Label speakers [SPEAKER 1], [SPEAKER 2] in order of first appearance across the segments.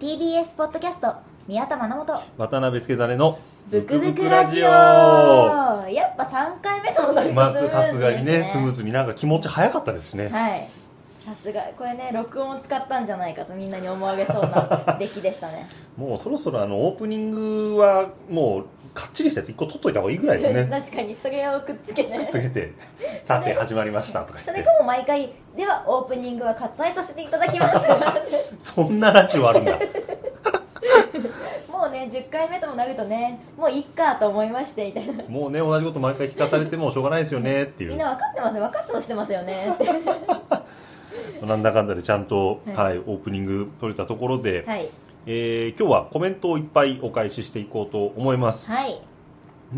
[SPEAKER 1] TBS ポッドキャスト宮田真本
[SPEAKER 2] 渡辺助真の
[SPEAKER 1] ブクブクラジオやっぱ3回目となり
[SPEAKER 2] ま
[SPEAKER 1] ます
[SPEAKER 2] あ
[SPEAKER 1] ね
[SPEAKER 2] さすがにねスムーズになんか気持ち早かったですしね、
[SPEAKER 1] はいさすがこれね録音を使ったんじゃないかとみんなに思われそうな 出来でしたね
[SPEAKER 2] もうそろそろあのオープニングはもうかっちりしたやつ1個取っといた方がいいぐらいで すね
[SPEAKER 1] 確かにそれをくっつけて、
[SPEAKER 2] つけて「さて始まりました」とか
[SPEAKER 1] そ
[SPEAKER 2] 言
[SPEAKER 1] れ
[SPEAKER 2] っ
[SPEAKER 1] か
[SPEAKER 2] て
[SPEAKER 1] も毎回ではオープニングは割愛させていただき ます
[SPEAKER 2] そんなラジオあるんだ
[SPEAKER 1] もうね10回目ともなるとねもういっかと思いましてみたいな
[SPEAKER 2] もうね同じこと毎回聞かされてもしょうがないですよねってい
[SPEAKER 1] みん
[SPEAKER 2] う
[SPEAKER 1] な分かってますよ分かってほしてますよ ね
[SPEAKER 2] なんだかんだでちゃんと、
[SPEAKER 1] はい
[SPEAKER 2] はい、オープニング取れたところで、
[SPEAKER 1] はい
[SPEAKER 2] えー今日はコメントをいっぱいお返ししていこうと思います
[SPEAKER 1] はい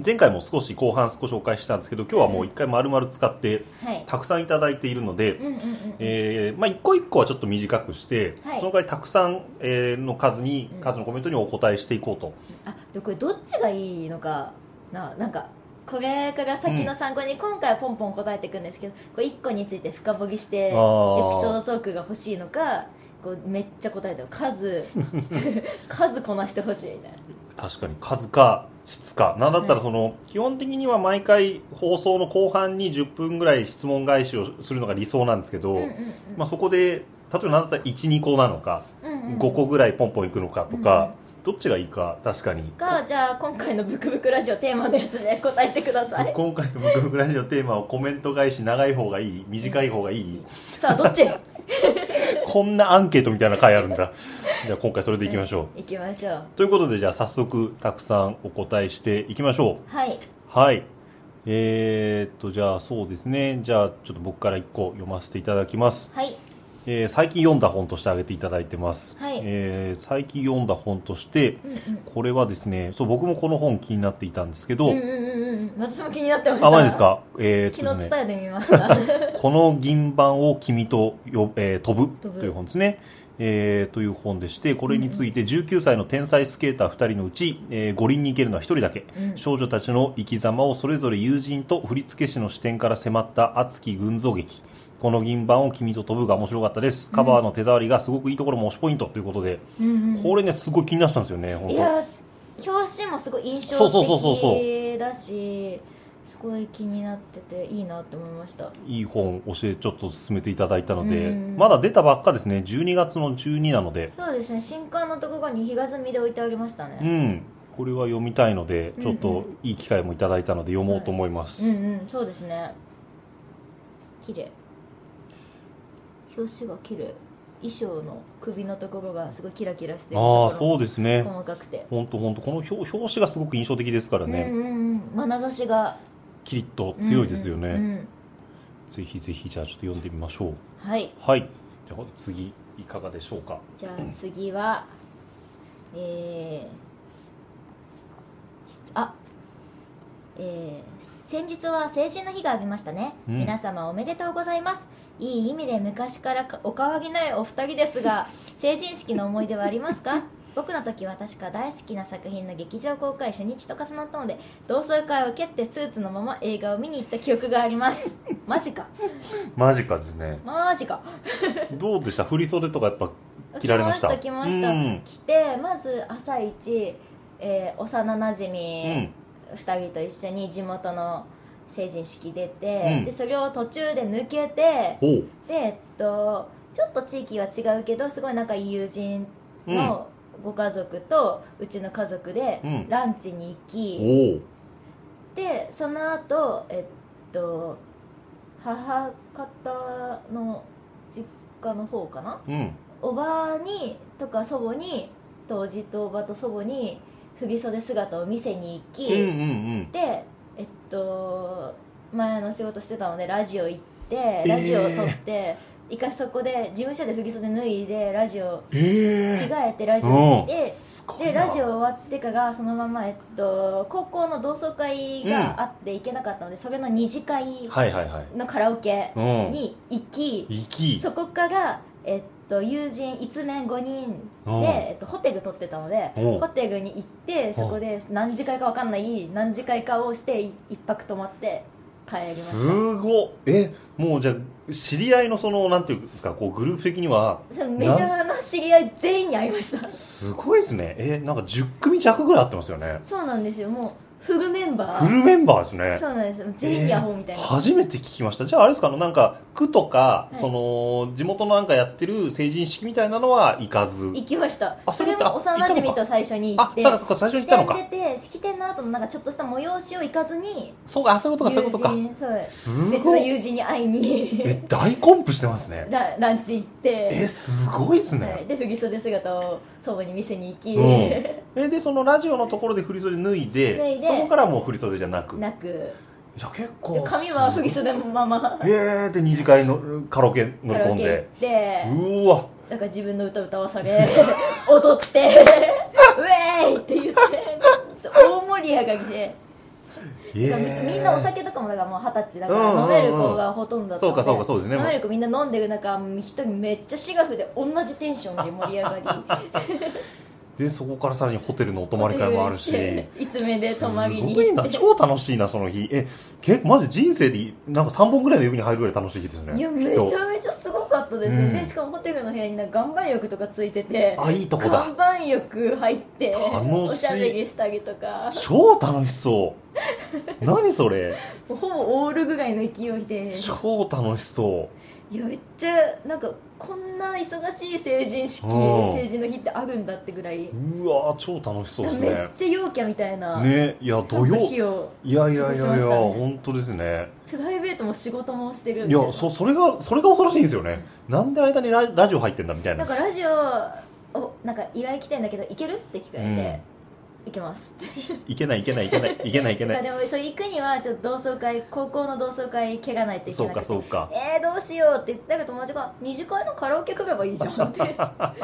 [SPEAKER 2] 前回も少し後半少しお返ししたんですけど今日はもう1回丸々使って
[SPEAKER 1] はい
[SPEAKER 2] たくさんいただいているので、
[SPEAKER 1] うんうんうん
[SPEAKER 2] えーまあ、一個一個はちょっと短くして、
[SPEAKER 1] はい
[SPEAKER 2] その代わりたくさん、えーの数に
[SPEAKER 1] うん
[SPEAKER 2] 数のコメントにお答えしていこうと、
[SPEAKER 1] あでもこれどっちがいいのかななんかこれから先の参考に今回はポンポン答えていくんですけど、これ1個について深掘りしてエピ
[SPEAKER 2] あー
[SPEAKER 1] ソードトークが欲しいのかこうめっちゃ答えてる 数数こなしてほしいみたいな
[SPEAKER 2] 確かに数か質かなんだったらその、基本的には毎回放送の後半に10分ぐらい質問返しをするのが理想なんですけど、
[SPEAKER 1] うんうんうん
[SPEAKER 2] まあ、そこで例えばなんだったら12個なのか、
[SPEAKER 1] うんうんうん
[SPEAKER 2] 5個ぐらいポンポンいくのかとか、どっちがいいか確かに
[SPEAKER 1] かじゃあ今回の「ブクブクラジオ」テーマのやつで答えてください
[SPEAKER 2] 今回の「ブクブクラジオ」テーマをコメント返し長い方がいい短い方がいい
[SPEAKER 1] さあどっち
[SPEAKER 2] こんなアンケートみたいな回あるんだじゃあ今回それでいきましょう、
[SPEAKER 1] 行きましょう
[SPEAKER 2] ということでじゃあ早速たくさんお答えしていきましょ
[SPEAKER 1] はい、
[SPEAKER 2] うはいえー、っとじゃあそうですねじゃあちょっと僕から1個読ませていただきます、
[SPEAKER 1] はい、
[SPEAKER 2] えー最近読んだ本としてあげていただいてます、
[SPEAKER 1] はい
[SPEAKER 2] えー最近読んだ本として
[SPEAKER 1] うんうん
[SPEAKER 2] これはですねそう僕もこの本気になっていたんですけど、
[SPEAKER 1] うんうんうんうん私も気になってました
[SPEAKER 2] あマジですかえー、っと
[SPEAKER 1] 昨
[SPEAKER 2] です
[SPEAKER 1] 日
[SPEAKER 2] ね
[SPEAKER 1] 伝えてみました
[SPEAKER 2] この銀盤を君とよ、えー飛ぶ
[SPEAKER 1] 飛ぶ
[SPEAKER 2] という本ですね。えーという本でして、これについて19歳の天才スケーター2人のうち、えー五輪に行けるのは1人だけ、
[SPEAKER 1] うん
[SPEAKER 2] 少女たちの生き様をそれぞれ友人と振付師の視点から迫った熱き群像劇。この銀盤を君と飛ぶが面白かったです。カバーの手触りがすごくいいところも推しポイントということで、
[SPEAKER 1] うんうん
[SPEAKER 2] これね、すごい気になってたんですよね、本
[SPEAKER 1] い
[SPEAKER 2] 当
[SPEAKER 1] や表紙もすごい印象
[SPEAKER 2] そうそうそうそうそう
[SPEAKER 1] 的だしすごい気になってていいなって思いました
[SPEAKER 2] いい本教え、ちょっと進めていただいたので、
[SPEAKER 1] うん
[SPEAKER 2] まだ出たばっかですね、12月の12なので、
[SPEAKER 1] そうですね新刊のところに日が済みで置いてありました
[SPEAKER 2] う
[SPEAKER 1] ね
[SPEAKER 2] ん、これは読みたいので、ちょっ
[SPEAKER 1] うんう
[SPEAKER 2] と
[SPEAKER 1] ん
[SPEAKER 2] いい機会もいただいたので読もうと思います。
[SPEAKER 1] うんうんそうですね綺麗表紙が綺麗衣装の首のところがすごいキラキラしてるとこ
[SPEAKER 2] あ
[SPEAKER 1] ろ
[SPEAKER 2] あ、そうですね。
[SPEAKER 1] 細かくて、
[SPEAKER 2] ほんとほんと、この表表紙がすごく印象的ですから
[SPEAKER 1] うん
[SPEAKER 2] ね、
[SPEAKER 1] うんうん眼差しが
[SPEAKER 2] キリッと強いですよね。
[SPEAKER 1] うんうんうん
[SPEAKER 2] ぜひぜひ、じゃあちょっと読んでみましょう。
[SPEAKER 1] はい
[SPEAKER 2] はい。じゃあ次、いかがでしょうか。
[SPEAKER 1] じゃあ次はえー、しあえー、先日は成人の日がありましたね、
[SPEAKER 2] うん
[SPEAKER 1] 皆様おめでとうございますいい意味で昔からかお変わりないお二人ですが 成人式の思い出はありますか僕の時は確か大好きな作品の劇場公開初日と重なったので同窓会を蹴ってスーツのまま映画を見に行った記憶がありますマジか
[SPEAKER 2] マジかですね。
[SPEAKER 1] マジか
[SPEAKER 2] どうでした振り袖とかやっぱ着られました
[SPEAKER 1] 着ました着ま
[SPEAKER 2] うん
[SPEAKER 1] した着てまず朝一、えー幼なじ
[SPEAKER 2] う
[SPEAKER 1] み
[SPEAKER 2] ん。
[SPEAKER 1] 2人と一緒に地元の成人式出て、
[SPEAKER 2] うん
[SPEAKER 1] でそれを途中で抜けて
[SPEAKER 2] おう。
[SPEAKER 1] でえっとちょっと地域は違うけどすごい仲いい友人のご家族とうちの家族で
[SPEAKER 2] うん
[SPEAKER 1] ランチに行き、
[SPEAKER 2] おう。
[SPEAKER 1] でその後えっと母方の実家の方かな
[SPEAKER 2] うん。
[SPEAKER 1] おばにとか祖母にとおじとおばと祖母に振袖姿を見せに行き、
[SPEAKER 2] うんうんうん。
[SPEAKER 1] でえっと前の仕事してたのでラジオ行って
[SPEAKER 2] ー
[SPEAKER 1] ラジオを撮って、一回そこで事務所で振袖脱いでラジオ着
[SPEAKER 2] ええ
[SPEAKER 1] 替えてラジオ行って、
[SPEAKER 2] すごいな
[SPEAKER 1] でラジオ終わってからそのまま、えっと、高校の同窓会があって行けなかったので、それの二次会
[SPEAKER 2] はいはいはい。
[SPEAKER 1] のカラオケ
[SPEAKER 2] うん。
[SPEAKER 1] に行き、
[SPEAKER 2] き
[SPEAKER 1] そこから、えっと、友人一面5人で、
[SPEAKER 2] うん
[SPEAKER 1] えっと、ホテル取ってたので
[SPEAKER 2] うん
[SPEAKER 1] ホテルに行ってそこで何時間か分かんない何時間かをしてい一泊泊まって帰りまし
[SPEAKER 2] すごっえもうじゃあ知り合いのそのなんていうんですかこうグループ的には
[SPEAKER 1] たメジャーな知り合い全員に会いました
[SPEAKER 2] すごいですねえなんか10組弱ぐらいあってますよね
[SPEAKER 1] そうなんですよもうフルメンバ
[SPEAKER 2] フ
[SPEAKER 1] ー
[SPEAKER 2] ルメンバーですね
[SPEAKER 1] そうなんですよ全員ヤホーみたいな、
[SPEAKER 2] 初めて聞きましたじゃああれですかあのなんか区とか、
[SPEAKER 1] はい
[SPEAKER 2] その地元のなんかやってる成人式みたいなのは行かず
[SPEAKER 1] 行きました
[SPEAKER 2] あ
[SPEAKER 1] そ
[SPEAKER 2] そ
[SPEAKER 1] れ
[SPEAKER 2] れ
[SPEAKER 1] も
[SPEAKER 2] あ
[SPEAKER 1] 幼馴染と最初に行って
[SPEAKER 2] あそうかそうか最初に行ったのか
[SPEAKER 1] 式典出て式典の後のなんかちょっとした催しを行かずに
[SPEAKER 2] そうかあそういうことかそういうことか
[SPEAKER 1] 友人そうです
[SPEAKER 2] す
[SPEAKER 1] 別の
[SPEAKER 2] ごい
[SPEAKER 1] 友人に会いに
[SPEAKER 2] え大コンプしてますね
[SPEAKER 1] ラランチ行って、
[SPEAKER 2] えすごいですね、
[SPEAKER 1] はい、で振り袖姿を祖母に見せに行き、
[SPEAKER 2] うん、えでそのラジオのところで振り袖脱いで
[SPEAKER 1] 脱いで
[SPEAKER 2] そこからもう振り袖じゃな く
[SPEAKER 1] なく
[SPEAKER 2] いや結
[SPEAKER 1] で
[SPEAKER 2] 構
[SPEAKER 1] 髪は振り袖のま ま
[SPEAKER 2] えーで二次会のカラオケ乗
[SPEAKER 1] カ
[SPEAKER 2] り
[SPEAKER 1] ラ
[SPEAKER 2] 込
[SPEAKER 1] オ
[SPEAKER 2] ん
[SPEAKER 1] ケ行っ
[SPEAKER 2] で
[SPEAKER 1] て
[SPEAKER 2] うーわ
[SPEAKER 1] なんか自分の歌歌わされ 踊って ウェーイって言って大盛り上がりで、
[SPEAKER 2] え
[SPEAKER 1] みんなお酒とかもだからもう二十歳だから
[SPEAKER 2] うんうん
[SPEAKER 1] 飲
[SPEAKER 2] うん
[SPEAKER 1] める子がほとんどだったん
[SPEAKER 2] そうかそうかそうですね
[SPEAKER 1] 飲める子みんな飲んでる中一人めっちゃシガフで同じテンションで盛り上がり
[SPEAKER 2] でそこからさらにホテルのお泊まり会もあるし
[SPEAKER 1] いつ目で泊まりに
[SPEAKER 2] すごい
[SPEAKER 1] 行
[SPEAKER 2] な
[SPEAKER 1] って
[SPEAKER 2] 超楽しいなその日え結構マジ人生でなんか3本ぐらいの指に入るぐらい楽しい日ですね
[SPEAKER 1] いや
[SPEAKER 2] きっ
[SPEAKER 1] め
[SPEAKER 2] と
[SPEAKER 1] ちゃめちゃすごかったですよ、
[SPEAKER 2] うん
[SPEAKER 1] でしかもホテルの部屋になんか岩盤浴とかついてて
[SPEAKER 2] あいいとこだ
[SPEAKER 1] 岩盤浴入って
[SPEAKER 2] 楽しい
[SPEAKER 1] おしゃべりしたりとか
[SPEAKER 2] 超楽しそう何それ
[SPEAKER 1] もうほぼオールぐらいの勢いで
[SPEAKER 2] 超楽しそ
[SPEAKER 1] いやめっちゃなんかこんな忙しい成人式
[SPEAKER 2] うん
[SPEAKER 1] 成人の日ってあるんだってぐらいう
[SPEAKER 2] うわー超楽しそうです
[SPEAKER 1] めっ
[SPEAKER 2] ね
[SPEAKER 1] ちゃ陽キャみたいな、
[SPEAKER 2] ねいや土曜
[SPEAKER 1] 日を
[SPEAKER 2] いやいやい
[SPEAKER 1] 過ごしま
[SPEAKER 2] やい
[SPEAKER 1] し
[SPEAKER 2] や、
[SPEAKER 1] たね
[SPEAKER 2] 本当ですね。
[SPEAKER 1] プライベートも仕事もしてる
[SPEAKER 2] い
[SPEAKER 1] みたいな
[SPEAKER 2] や、そ、それが、それが恐ろしいんですよね。なんで間にララジオ入ってんだみたい
[SPEAKER 1] な
[SPEAKER 2] な。
[SPEAKER 1] んかラジオをなんか依頼来てんだけど行けるって聞かれて、行けますって
[SPEAKER 2] いけないいけないいけないいけないいけな
[SPEAKER 1] だ
[SPEAKER 2] い。
[SPEAKER 1] からでもそう行くにはちょっと同窓会高校の同窓会蹴らないといけ
[SPEAKER 2] そ
[SPEAKER 1] な
[SPEAKER 2] う
[SPEAKER 1] くて
[SPEAKER 2] かそうか。
[SPEAKER 1] えー、どうしようって言ったけど友達が「二次会のカラオケ来ればいいじゃん」って「そっか」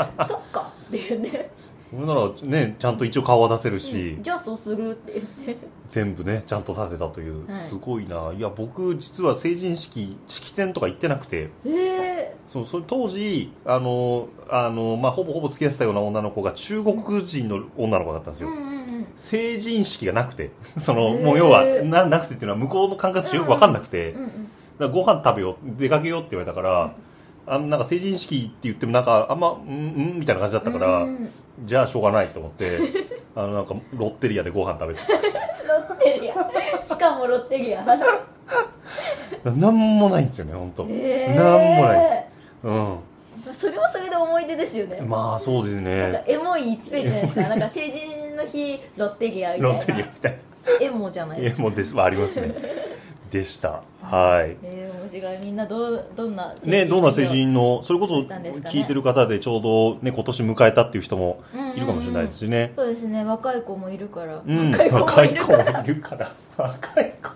[SPEAKER 1] って言って
[SPEAKER 2] それならね、ちゃんと一応顔は出せる
[SPEAKER 1] う
[SPEAKER 2] し
[SPEAKER 1] ん、じゃあそうする」って言って
[SPEAKER 2] 全部ね、ちゃんとさせたという、
[SPEAKER 1] はい
[SPEAKER 2] すごいな。いや、僕、実は成人式、式典とか行ってなくて、
[SPEAKER 1] え
[SPEAKER 2] そう、それ当時、あの、あの、まあ、ほぼほぼ付き合ってたような女の子が中国人の女の子だったんです
[SPEAKER 1] ー、う
[SPEAKER 2] よ。
[SPEAKER 1] んうんうん
[SPEAKER 2] 成人式がなくて、 そ
[SPEAKER 1] へ
[SPEAKER 2] の、
[SPEAKER 1] ー
[SPEAKER 2] もう要はな、なくてっていうのは向こうの感覚してよくわかんなくて、
[SPEAKER 1] うんうん
[SPEAKER 2] だからご飯食べよう出かけようって言われたから、あのなんか成人式って言ってもなんかあんまうんうんみたいな感じだったから、
[SPEAKER 1] うん
[SPEAKER 2] じゃあしょうがないと思って あのなんかロッテリアでご飯食べて
[SPEAKER 1] ロッテリアしかもロッテリア
[SPEAKER 2] なんもないんですよね本当、
[SPEAKER 1] え
[SPEAKER 2] なんもないですう
[SPEAKER 1] すそれはそれで思い出ですよね
[SPEAKER 2] んまあそうです
[SPEAKER 1] なん
[SPEAKER 2] ね
[SPEAKER 1] かエモい1ページじゃないですかなんか成人の日ロッテリアみ
[SPEAKER 2] ロッ
[SPEAKER 1] た
[SPEAKER 2] テ
[SPEAKER 1] い
[SPEAKER 2] リア
[SPEAKER 1] な
[SPEAKER 2] みた い
[SPEAKER 1] エモじゃない
[SPEAKER 2] な
[SPEAKER 1] です
[SPEAKER 2] え
[SPEAKER 1] か
[SPEAKER 2] もうですはありま すねでしたはい
[SPEAKER 1] えー、面白いみんなどうどんな
[SPEAKER 2] ね、どんな成
[SPEAKER 1] い
[SPEAKER 2] 人のそれこそ
[SPEAKER 1] そうしたんですかね
[SPEAKER 2] 聞いてる方でちょうど、ね、今年迎えたっていう人もいるかもしれないですしね、
[SPEAKER 1] そうですね若い子もいるから、
[SPEAKER 2] うん、
[SPEAKER 1] 若い子もいるから
[SPEAKER 2] 若い子もいるから若い子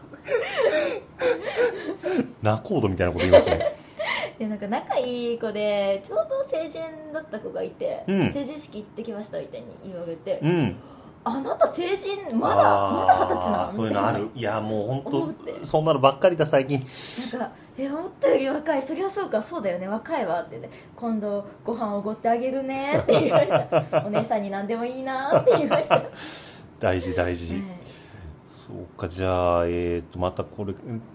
[SPEAKER 2] ナコードみたいなこと言いますね
[SPEAKER 1] いやなんか仲いい子でちょうど成人だった子がいて、
[SPEAKER 2] うん
[SPEAKER 1] 成人式行ってきましたみたいに言われて、
[SPEAKER 2] うん
[SPEAKER 1] あなた成人まだまだ
[SPEAKER 2] あ
[SPEAKER 1] 二
[SPEAKER 2] ー
[SPEAKER 1] 十歳なの
[SPEAKER 2] そういうのあるいやもう
[SPEAKER 1] 思
[SPEAKER 2] 本
[SPEAKER 1] って
[SPEAKER 2] 当そんなのばっかりだ最近
[SPEAKER 1] なんかえ思ったより若いそりゃそうかそうだよね若いわってね今度ご飯おごってあげるねって言われ たお姉さんに何でもいいなって言いました、はい
[SPEAKER 2] 大事大事、そうかじゃあえっ、とまたこれ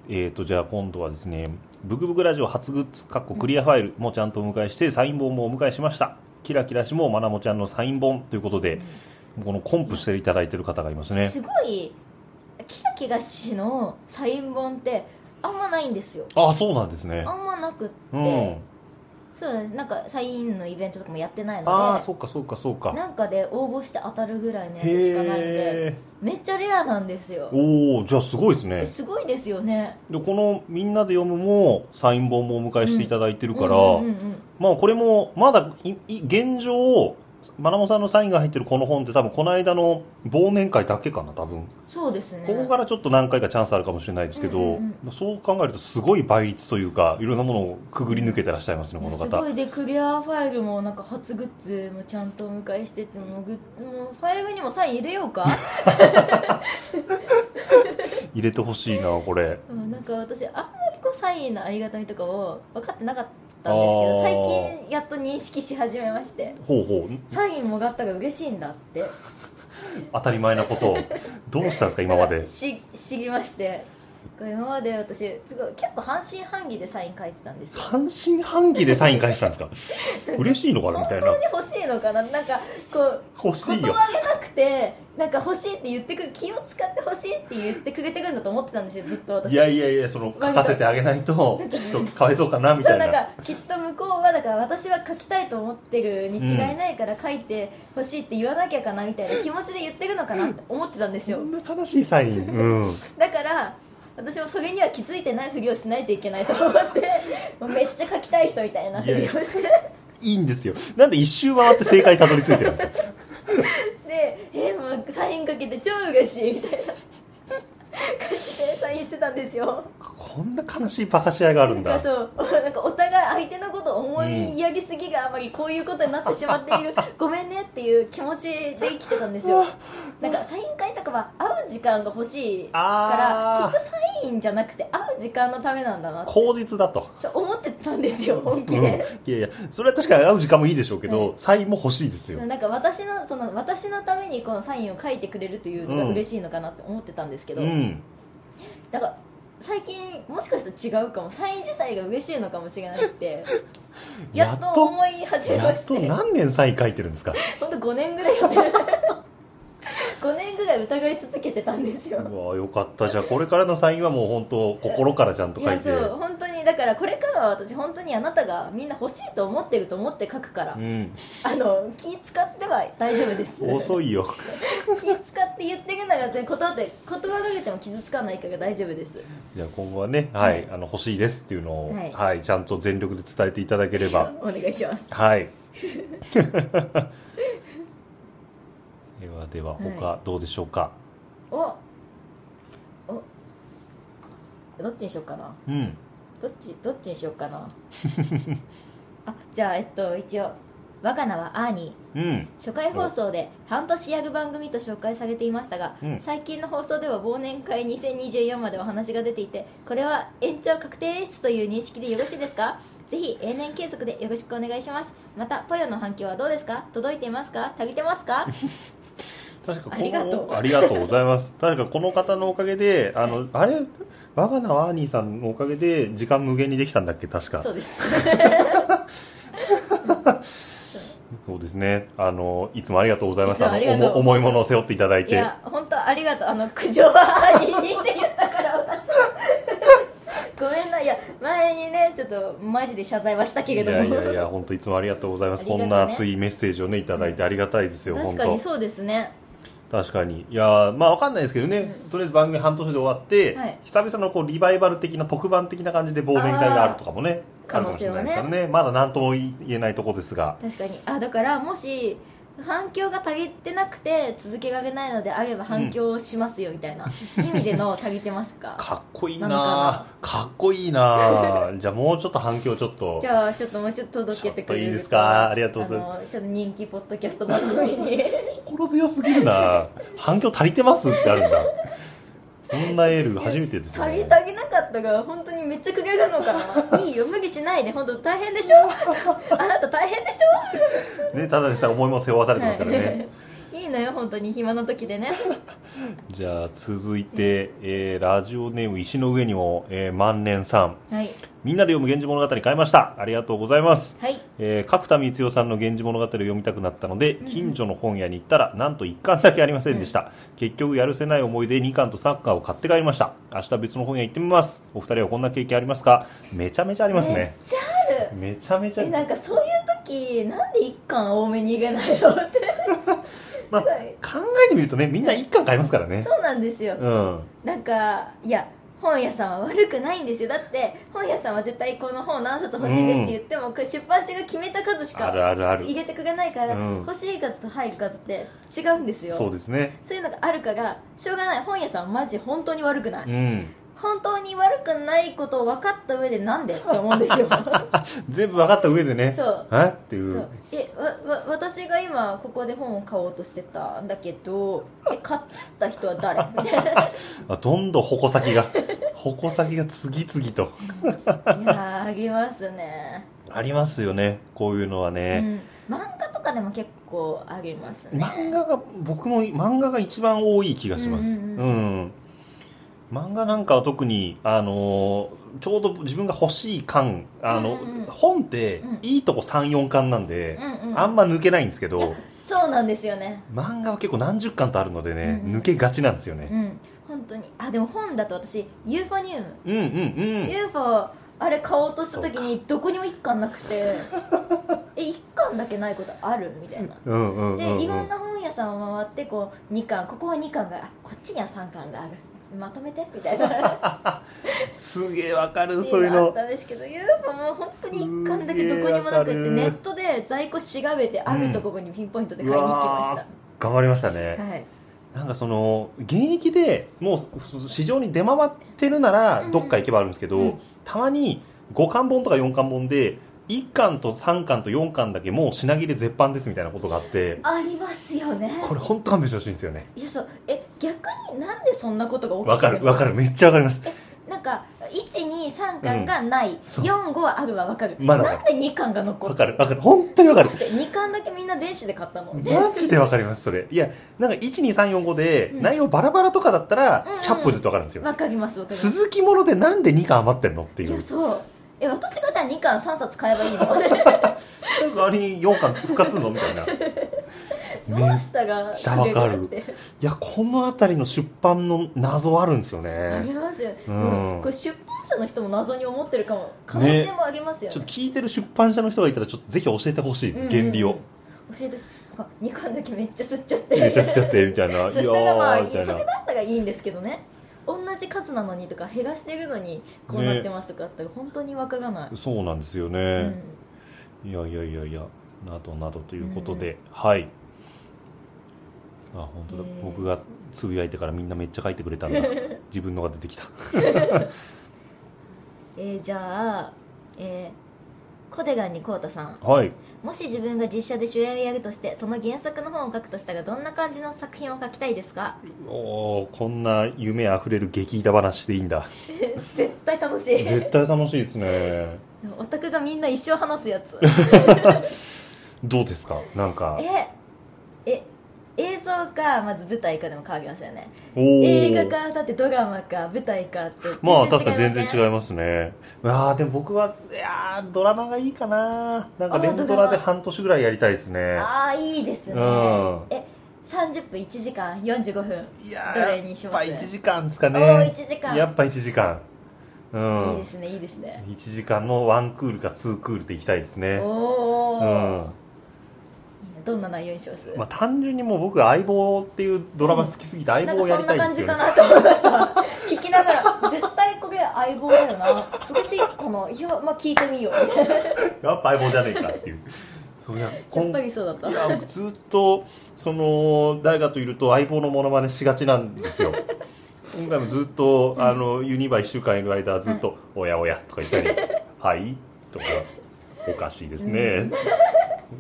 [SPEAKER 2] えっ、とじゃあ今度はですねブクブクラジオ初グッズかっこクリアファイルもちゃんとお迎えしてサイン本もお迎えしましたキラキラしもまなもちゃんのサイン本ということで、このコンプしていただいてる方がいますね
[SPEAKER 1] すごいキラキラ氏のサイン本ってあんまないんですよ
[SPEAKER 2] ああそうなんですね
[SPEAKER 1] あんまなくって、
[SPEAKER 2] うん
[SPEAKER 1] そうですなんかサインのイベントとかもやってない
[SPEAKER 2] あ
[SPEAKER 1] の
[SPEAKER 2] あ
[SPEAKER 1] で
[SPEAKER 2] そうかそうかそうか
[SPEAKER 1] なんかで応募して当たるぐらいのやつしかないので
[SPEAKER 2] へえ
[SPEAKER 1] めっちゃレアなんですよ
[SPEAKER 2] おおじゃあすごいです
[SPEAKER 1] え
[SPEAKER 2] ね
[SPEAKER 1] すごいですよね
[SPEAKER 2] でこの「みんなで読む」もサイン本もお迎えしていただいてるから、
[SPEAKER 1] うんうんうん
[SPEAKER 2] まあこれもまだいい現状まなもさんのサインが入ってるこの本って多分この間の忘年会だけかな多分、
[SPEAKER 1] そうですね
[SPEAKER 2] ここからちょっと何回かチャンスあるかもしれないですけど、
[SPEAKER 1] うんう
[SPEAKER 2] そう考えるとすごい倍率というかいろんなものをくぐり抜けてらっしゃいますねこの
[SPEAKER 1] す
[SPEAKER 2] 方
[SPEAKER 1] ごいでクリアファイルもなんか初グッズもちゃんとお迎えしててもうグッもうファイルにもサイン入れよう か
[SPEAKER 2] 入れてほしいなこれ
[SPEAKER 1] うんなんか私あんまりこうサインのありがたみとかを分かってなかったん
[SPEAKER 2] あ
[SPEAKER 1] ですけど
[SPEAKER 2] ー
[SPEAKER 1] 最近やっと認識し始めまして
[SPEAKER 2] ほうほう
[SPEAKER 1] サインもらったら嬉しいんだって
[SPEAKER 2] 当たり前なことをどうしたんですか今まで
[SPEAKER 1] し知りましてこれ今まで私すごい結構半信半疑でサイン書いてたんですよ
[SPEAKER 2] 半信半疑でサイン返したんです か嬉しいのかな
[SPEAKER 1] 本
[SPEAKER 2] みたいな
[SPEAKER 1] 当に欲しいのかななんかこう
[SPEAKER 2] 欲しい
[SPEAKER 1] 断
[SPEAKER 2] よ
[SPEAKER 1] れなくてなんか欲しいって言ってくる気を使って欲しいって言ってくれてくるんだと思ってたんですよずっと
[SPEAKER 2] い
[SPEAKER 1] 私
[SPEAKER 2] やいやいやその書かせてあげないときっとかわいそうかなみ
[SPEAKER 1] そ
[SPEAKER 2] た
[SPEAKER 1] う
[SPEAKER 2] いな
[SPEAKER 1] なんかきっと向こうはだから私は書きたいと思ってるに違いないから書いて欲しいって言わなきゃかなみたいな気持ちで言ってるのかなって思ってたんです
[SPEAKER 2] そ
[SPEAKER 1] よ
[SPEAKER 2] んな悲しいサインうん
[SPEAKER 1] だから私もそれには気づいてないふりをしないといけないと思 ってもうめっちゃ書きたい人みたいなふりをして
[SPEAKER 2] いいんですよなんで一周回って正解にたどり着いてるんですか
[SPEAKER 1] で「えもうサインかけて超嬉しい」みたいな感じでサインしてたんですよ
[SPEAKER 2] こんな悲しいバカし合いがあるん
[SPEAKER 1] なんか
[SPEAKER 2] だ
[SPEAKER 1] そうなんかお互い相手のことを思いやりすぎがあまりこういうことになってしまってい る、ごめんねっていう気持ちで生きてたんですよなんかサイン会とかは会う時間が欲しいから
[SPEAKER 2] あー
[SPEAKER 1] きっとサインじゃなくて会う時間のためなんだなって
[SPEAKER 2] 口実だと
[SPEAKER 1] そう思ってたんですよ本気
[SPEAKER 2] うん、い
[SPEAKER 1] で
[SPEAKER 2] や、いやそれは確かに会う時間もいいでしょうけど、サインも欲しいですよ
[SPEAKER 1] なんか私のその私のためにこのサインを書いてくれるというのが嬉しいのかなって思ってたんですけど、
[SPEAKER 2] うん
[SPEAKER 1] だから最近もしかしたら違うかもサイン自体が嬉しいのかもしれないって やっ
[SPEAKER 2] やっ
[SPEAKER 1] と
[SPEAKER 2] と
[SPEAKER 1] 思い始め
[SPEAKER 2] や
[SPEAKER 1] ま
[SPEAKER 2] っ
[SPEAKER 1] して
[SPEAKER 2] と何年サイン書いてるんですか
[SPEAKER 1] ほんと5年ぐら い5年ぐらい疑い続けてたんです
[SPEAKER 2] う
[SPEAKER 1] よ
[SPEAKER 2] わよかったじゃあこれからのサインはもう本当心からちゃんと
[SPEAKER 1] い
[SPEAKER 2] 書い
[SPEAKER 1] や
[SPEAKER 2] て
[SPEAKER 1] そう本当にだからこれからは私本当にあなたがみんな欲しいと思ってると思って書くから、
[SPEAKER 2] うん
[SPEAKER 1] あの気使っては大丈夫です
[SPEAKER 2] 遅いよ
[SPEAKER 1] 気使って言ってくれなかったら断って断られても傷つかないから大丈夫です
[SPEAKER 2] じゃあ今後はね、はい、
[SPEAKER 1] はい
[SPEAKER 2] あの欲しいですっていうのを、
[SPEAKER 1] は
[SPEAKER 2] はいい、ちゃんと全力で伝えていただければ、
[SPEAKER 1] お願いします
[SPEAKER 2] はい。ではでは
[SPEAKER 1] は
[SPEAKER 2] 他どうでしょうか。
[SPEAKER 1] おおどっちにしようかな
[SPEAKER 2] うん。
[SPEAKER 1] どっちどっちにしようかなあじゃあえっと一応「若菜はアーニー」
[SPEAKER 2] うん。
[SPEAKER 1] 初回放送で半年やる番組と紹介されていましたが、
[SPEAKER 2] うん
[SPEAKER 1] 最近の放送では忘年会2024までお話が出ていてこれは延長確定演出という認識でよろしいです かぜひ永年継続でよろしくお願いしますまたポヨの反響はどうですか届いていますか足りてますか
[SPEAKER 2] 確かこの
[SPEAKER 1] ありがとう
[SPEAKER 2] ありがとうございます。確かこの方のおかげで、あの、あれ、我が名はアーニーさんのおかげで時間無限にできたんだっけ確か。
[SPEAKER 1] そうです
[SPEAKER 2] そうですね。あの、いつもありがとうございま
[SPEAKER 1] い
[SPEAKER 2] す。
[SPEAKER 1] つも
[SPEAKER 2] あ
[SPEAKER 1] あ
[SPEAKER 2] の
[SPEAKER 1] りがとう
[SPEAKER 2] 重重いものを背負っていた だい
[SPEAKER 1] い
[SPEAKER 2] て。
[SPEAKER 1] や本当ありがとうあの苦情は兄にって言ったから私は ごめんないや前にねちょっとマジで謝罪はしたけれ
[SPEAKER 2] い
[SPEAKER 1] ど
[SPEAKER 2] や
[SPEAKER 1] も
[SPEAKER 2] いやいや、本当いつもありがとうございます。
[SPEAKER 1] ありが
[SPEAKER 2] こと
[SPEAKER 1] うんね
[SPEAKER 2] な熱いメッセージをね、いただいてありがたいですよ、
[SPEAKER 1] 確
[SPEAKER 2] 本
[SPEAKER 1] か
[SPEAKER 2] 当
[SPEAKER 1] に。そうですね
[SPEAKER 2] 確かにいやーまあわかんないですけどね、とりあえず番組半年で終わって、
[SPEAKER 1] はい
[SPEAKER 2] 久々のこうリバイバル的な特番的な感じで忘年会があるとかもね
[SPEAKER 1] あー可能性はね
[SPEAKER 2] あるかもしれないですからねまだ何とも言えないとこですが
[SPEAKER 1] 確かにあだからもし反響が足りてなくて続けられないのであれば反響しますよみたい な、意味での足りてますか
[SPEAKER 2] かっこいいな
[SPEAKER 1] なの
[SPEAKER 2] かかっこいいな じゃあもうちょっと反響ちょっと
[SPEAKER 1] じゃあちょっともうちょっと届けてくれる
[SPEAKER 2] ちょっといいですかありがとうござい
[SPEAKER 1] ますちょっと人気ポッドキャスト番組に
[SPEAKER 2] 心強すぎるな反響足りてますってあるんだこんなエール初めてですよ
[SPEAKER 1] 足り
[SPEAKER 2] ね
[SPEAKER 1] てあげなかったから本当にめっちゃくれるのかないいよ無理しないで本当大変でしょあなた大変でし
[SPEAKER 2] ねただでさえ重いもの背負わされてますからね、
[SPEAKER 1] ょいいのよ本当に暇な時でね
[SPEAKER 2] じゃあ続いて、えーラジオネーム石の上にも、えー万年さん
[SPEAKER 1] はい
[SPEAKER 2] みんなで読む源氏物語変えました。ありがとうございます。
[SPEAKER 1] はい
[SPEAKER 2] えー、角田光代さんの源氏物語を読みたくなったので、近所の本屋に行ったら、なんと1巻だけありませんでした。結局、やるせない思いで2巻とサッカーを買って帰りました。明日別の本屋行ってみます。お二人はこんな経験ありますかめちゃめちゃあります
[SPEAKER 1] めっ
[SPEAKER 2] ね。
[SPEAKER 1] ちゃある
[SPEAKER 2] めちゃめちゃ
[SPEAKER 1] え、なんかそういう時なんで一巻多めに入れないのって
[SPEAKER 2] まあ
[SPEAKER 1] すごい
[SPEAKER 2] 考えてみるとね、みんな1巻買いますからね。
[SPEAKER 1] そうなんですよ
[SPEAKER 2] うん。
[SPEAKER 1] なんかいや本屋さんは悪くないんですよだって本屋さんは絶対この本何冊欲しいですって言っても、これ出版社が決めた数し
[SPEAKER 2] あ
[SPEAKER 1] か
[SPEAKER 2] るあるある
[SPEAKER 1] 入。れてくれないから、
[SPEAKER 2] うん
[SPEAKER 1] 欲しい数と入る数って違うんですよ
[SPEAKER 2] そうですね。
[SPEAKER 1] そういうのがあるからしょうがない本屋さんはマジ本当に悪くない、
[SPEAKER 2] うん。
[SPEAKER 1] 本当に悪くないことを分かった上でなんでって思うん ですよ
[SPEAKER 2] 全部分かった上でね。
[SPEAKER 1] そう
[SPEAKER 2] えってい
[SPEAKER 1] そうう。えわわ私が今ここで本を買おうとしてたんだけどえ買った人は 誰みたいな
[SPEAKER 2] あどんどん矛先が、 矛先が次々と。
[SPEAKER 1] いやーありますね、
[SPEAKER 2] ありますよねこういうのはね、
[SPEAKER 1] うん、漫画とかでも結構ありますね
[SPEAKER 2] 漫画が僕も漫画が一番多い気がしますう
[SPEAKER 1] うん
[SPEAKER 2] ん、
[SPEAKER 1] う
[SPEAKER 2] うんん漫画なんかは特に、あのーちょうど自分が欲しい巻あ
[SPEAKER 1] う
[SPEAKER 2] の、
[SPEAKER 1] んうん
[SPEAKER 2] 本って
[SPEAKER 1] うん
[SPEAKER 2] いいとこ34巻なんで、
[SPEAKER 1] うんうん
[SPEAKER 2] あんま抜けないんですけ
[SPEAKER 1] いや
[SPEAKER 2] ど
[SPEAKER 1] そうなんですよね
[SPEAKER 2] 漫画は結構何十巻とあるのでね、
[SPEAKER 1] うんうん
[SPEAKER 2] 抜けがちなんですよね
[SPEAKER 1] う、ん本当にあでも本だと私ユーフォニウム、
[SPEAKER 2] うん、うんうん
[SPEAKER 1] UFO あれ買おうとした時にどこにも一巻なくてえ一巻だけないことあるみたいな
[SPEAKER 2] うんうんうん
[SPEAKER 1] で、
[SPEAKER 2] うん
[SPEAKER 1] いろんな本屋さんを回ってこう2巻ここは2巻があこっちには3巻があるまとめてみたいなって
[SPEAKER 2] すげえわかる
[SPEAKER 1] い
[SPEAKER 2] そういう
[SPEAKER 1] うのあ
[SPEAKER 2] の
[SPEAKER 1] ったんですけど UFO もう本当に1巻だけどこにもなくって
[SPEAKER 2] すげえわかる
[SPEAKER 1] ネットで在庫調べてあるところにピンポイントで買いに行きま
[SPEAKER 2] 頑張りましたね、
[SPEAKER 1] した、はい
[SPEAKER 2] なんかその現役でもうそ市場に出回ってるな
[SPEAKER 1] う
[SPEAKER 2] ら
[SPEAKER 1] ん
[SPEAKER 2] どっか行けばあるんですけど、
[SPEAKER 1] うん
[SPEAKER 2] たまに5巻本とか4巻本で1巻と3巻と4巻だけもう品切れ絶版ですみたいなことがあって
[SPEAKER 1] ありますよね
[SPEAKER 2] これ本当勘弁してほしいんですよね
[SPEAKER 1] いやそうえ逆になんでそんなことが
[SPEAKER 2] わ
[SPEAKER 1] 起きて
[SPEAKER 2] か
[SPEAKER 1] る
[SPEAKER 2] る
[SPEAKER 1] の
[SPEAKER 2] わかるめっちゃわかります
[SPEAKER 1] なんか123巻がない、
[SPEAKER 2] そう
[SPEAKER 1] 45はあるはわかる、
[SPEAKER 2] まだわか
[SPEAKER 1] な
[SPEAKER 2] る
[SPEAKER 1] んで2巻が残
[SPEAKER 2] わ
[SPEAKER 1] っ
[SPEAKER 2] かるわかる本当にわかる
[SPEAKER 1] て2巻だけみんな電子で買ったの
[SPEAKER 2] マジでわかりますそれいやなんか12345で
[SPEAKER 1] うん
[SPEAKER 2] 内容バラバラとかだったら
[SPEAKER 1] うんうん
[SPEAKER 2] 100歩ずっとわかるんですよ、
[SPEAKER 1] わかりますわかります
[SPEAKER 2] 鈴木ものでなんで2巻余ってんのってい
[SPEAKER 1] いうやそうえ私がじゃあ2巻3冊買え ばいいの
[SPEAKER 2] 代わりに4巻復活するのみた いな
[SPEAKER 1] どうしたが
[SPEAKER 2] ちゃわかる
[SPEAKER 1] くれるって
[SPEAKER 2] いや、この辺りの出版の謎あるんですよ
[SPEAKER 1] あり
[SPEAKER 2] ね。
[SPEAKER 1] ますよね、
[SPEAKER 2] うん
[SPEAKER 1] もうこれ出版社の人も謎に思ってるかも可能性もありますよ
[SPEAKER 2] ち
[SPEAKER 1] ね
[SPEAKER 2] ょっと聞いてる出版社の人がいたら、ちょっとぜひ教えてほしいです、
[SPEAKER 1] うん
[SPEAKER 2] 原理を。
[SPEAKER 1] 教えてほしいなんか2巻だけめっちゃ吸っちゃって
[SPEAKER 2] めっちゃしちゃって、みたいな。いや
[SPEAKER 1] そしたらまあ
[SPEAKER 2] ー、みたい
[SPEAKER 1] そ
[SPEAKER 2] な
[SPEAKER 1] れ。だったらいいんですけどね同じ数なのにとか減らしてるのにこうなってますとかあったら本当にわからない、
[SPEAKER 2] そうなんですよ
[SPEAKER 1] う
[SPEAKER 2] ね。
[SPEAKER 1] ん
[SPEAKER 2] いやいやいやいや、などなどということで、はい。あ、本当だ
[SPEAKER 1] へー。
[SPEAKER 2] 僕がつぶやいてからみんなめっちゃ書いてくれたん だ。自分のが出てきた。
[SPEAKER 1] えーじゃあ、えーコデガンにコウタさん
[SPEAKER 2] はい。
[SPEAKER 1] もし自分が実写で主演をやるとしてその原作の本を書くとしたらどんな感じの作品を書きたいです か
[SPEAKER 2] おーこんな夢あふれる激板話でいいん だ。
[SPEAKER 1] 絶対楽しい
[SPEAKER 2] 絶対楽しいですね。
[SPEAKER 1] オタクがみんな一生話すや つ
[SPEAKER 2] どうですかなんか。
[SPEAKER 1] ええ映像かまず舞台かでも変わりますよね
[SPEAKER 2] おー
[SPEAKER 1] 映画かだってドラマか舞台かって
[SPEAKER 2] まあ確かに全
[SPEAKER 1] ません
[SPEAKER 2] 然違いますね。ああでも僕はいやードラマがいいかな。なんか
[SPEAKER 1] あー
[SPEAKER 2] 連ド
[SPEAKER 1] ドラ
[SPEAKER 2] ラ
[SPEAKER 1] マ
[SPEAKER 2] で半年ぐらいやりたいですね。
[SPEAKER 1] ああいいですね、
[SPEAKER 2] うん
[SPEAKER 1] え30分1時間45分
[SPEAKER 2] いやー
[SPEAKER 1] どれにします
[SPEAKER 2] やっぱ1時間ですか
[SPEAKER 1] おー
[SPEAKER 2] ね。
[SPEAKER 1] 1時間
[SPEAKER 2] やっぱ1時間。う
[SPEAKER 1] いい
[SPEAKER 2] ん
[SPEAKER 1] で。すねいいですね
[SPEAKER 2] 1時間のワンクールかツークールでいきたいです
[SPEAKER 1] お
[SPEAKER 2] ね。う
[SPEAKER 1] お
[SPEAKER 2] ん。
[SPEAKER 1] ー、
[SPEAKER 2] ま
[SPEAKER 1] どんな内容にします、
[SPEAKER 2] あ単純にもう僕相棒っていうドラマ好きすぎて
[SPEAKER 1] な
[SPEAKER 2] 相
[SPEAKER 1] ん
[SPEAKER 2] 棒
[SPEAKER 1] か
[SPEAKER 2] をや
[SPEAKER 1] そ
[SPEAKER 2] り
[SPEAKER 1] ん
[SPEAKER 2] た
[SPEAKER 1] ない
[SPEAKER 2] ん
[SPEAKER 1] 感
[SPEAKER 2] で
[SPEAKER 1] じ
[SPEAKER 2] すよね
[SPEAKER 1] か。なと思いました 聞きながら絶対これ相棒だよなこれでいいかないやまあ聞いてみようみたいなや
[SPEAKER 2] やっぱ相棒じゃねえかっていう。そういや
[SPEAKER 1] っぱりそうだった
[SPEAKER 2] いや僕ずっとその誰かといると相棒のモノマネしがちなんで すよ今回もずっとあのユニバ1週間いる間ずっと「おやおや」とか言った り「はい」とか「おかしいですね」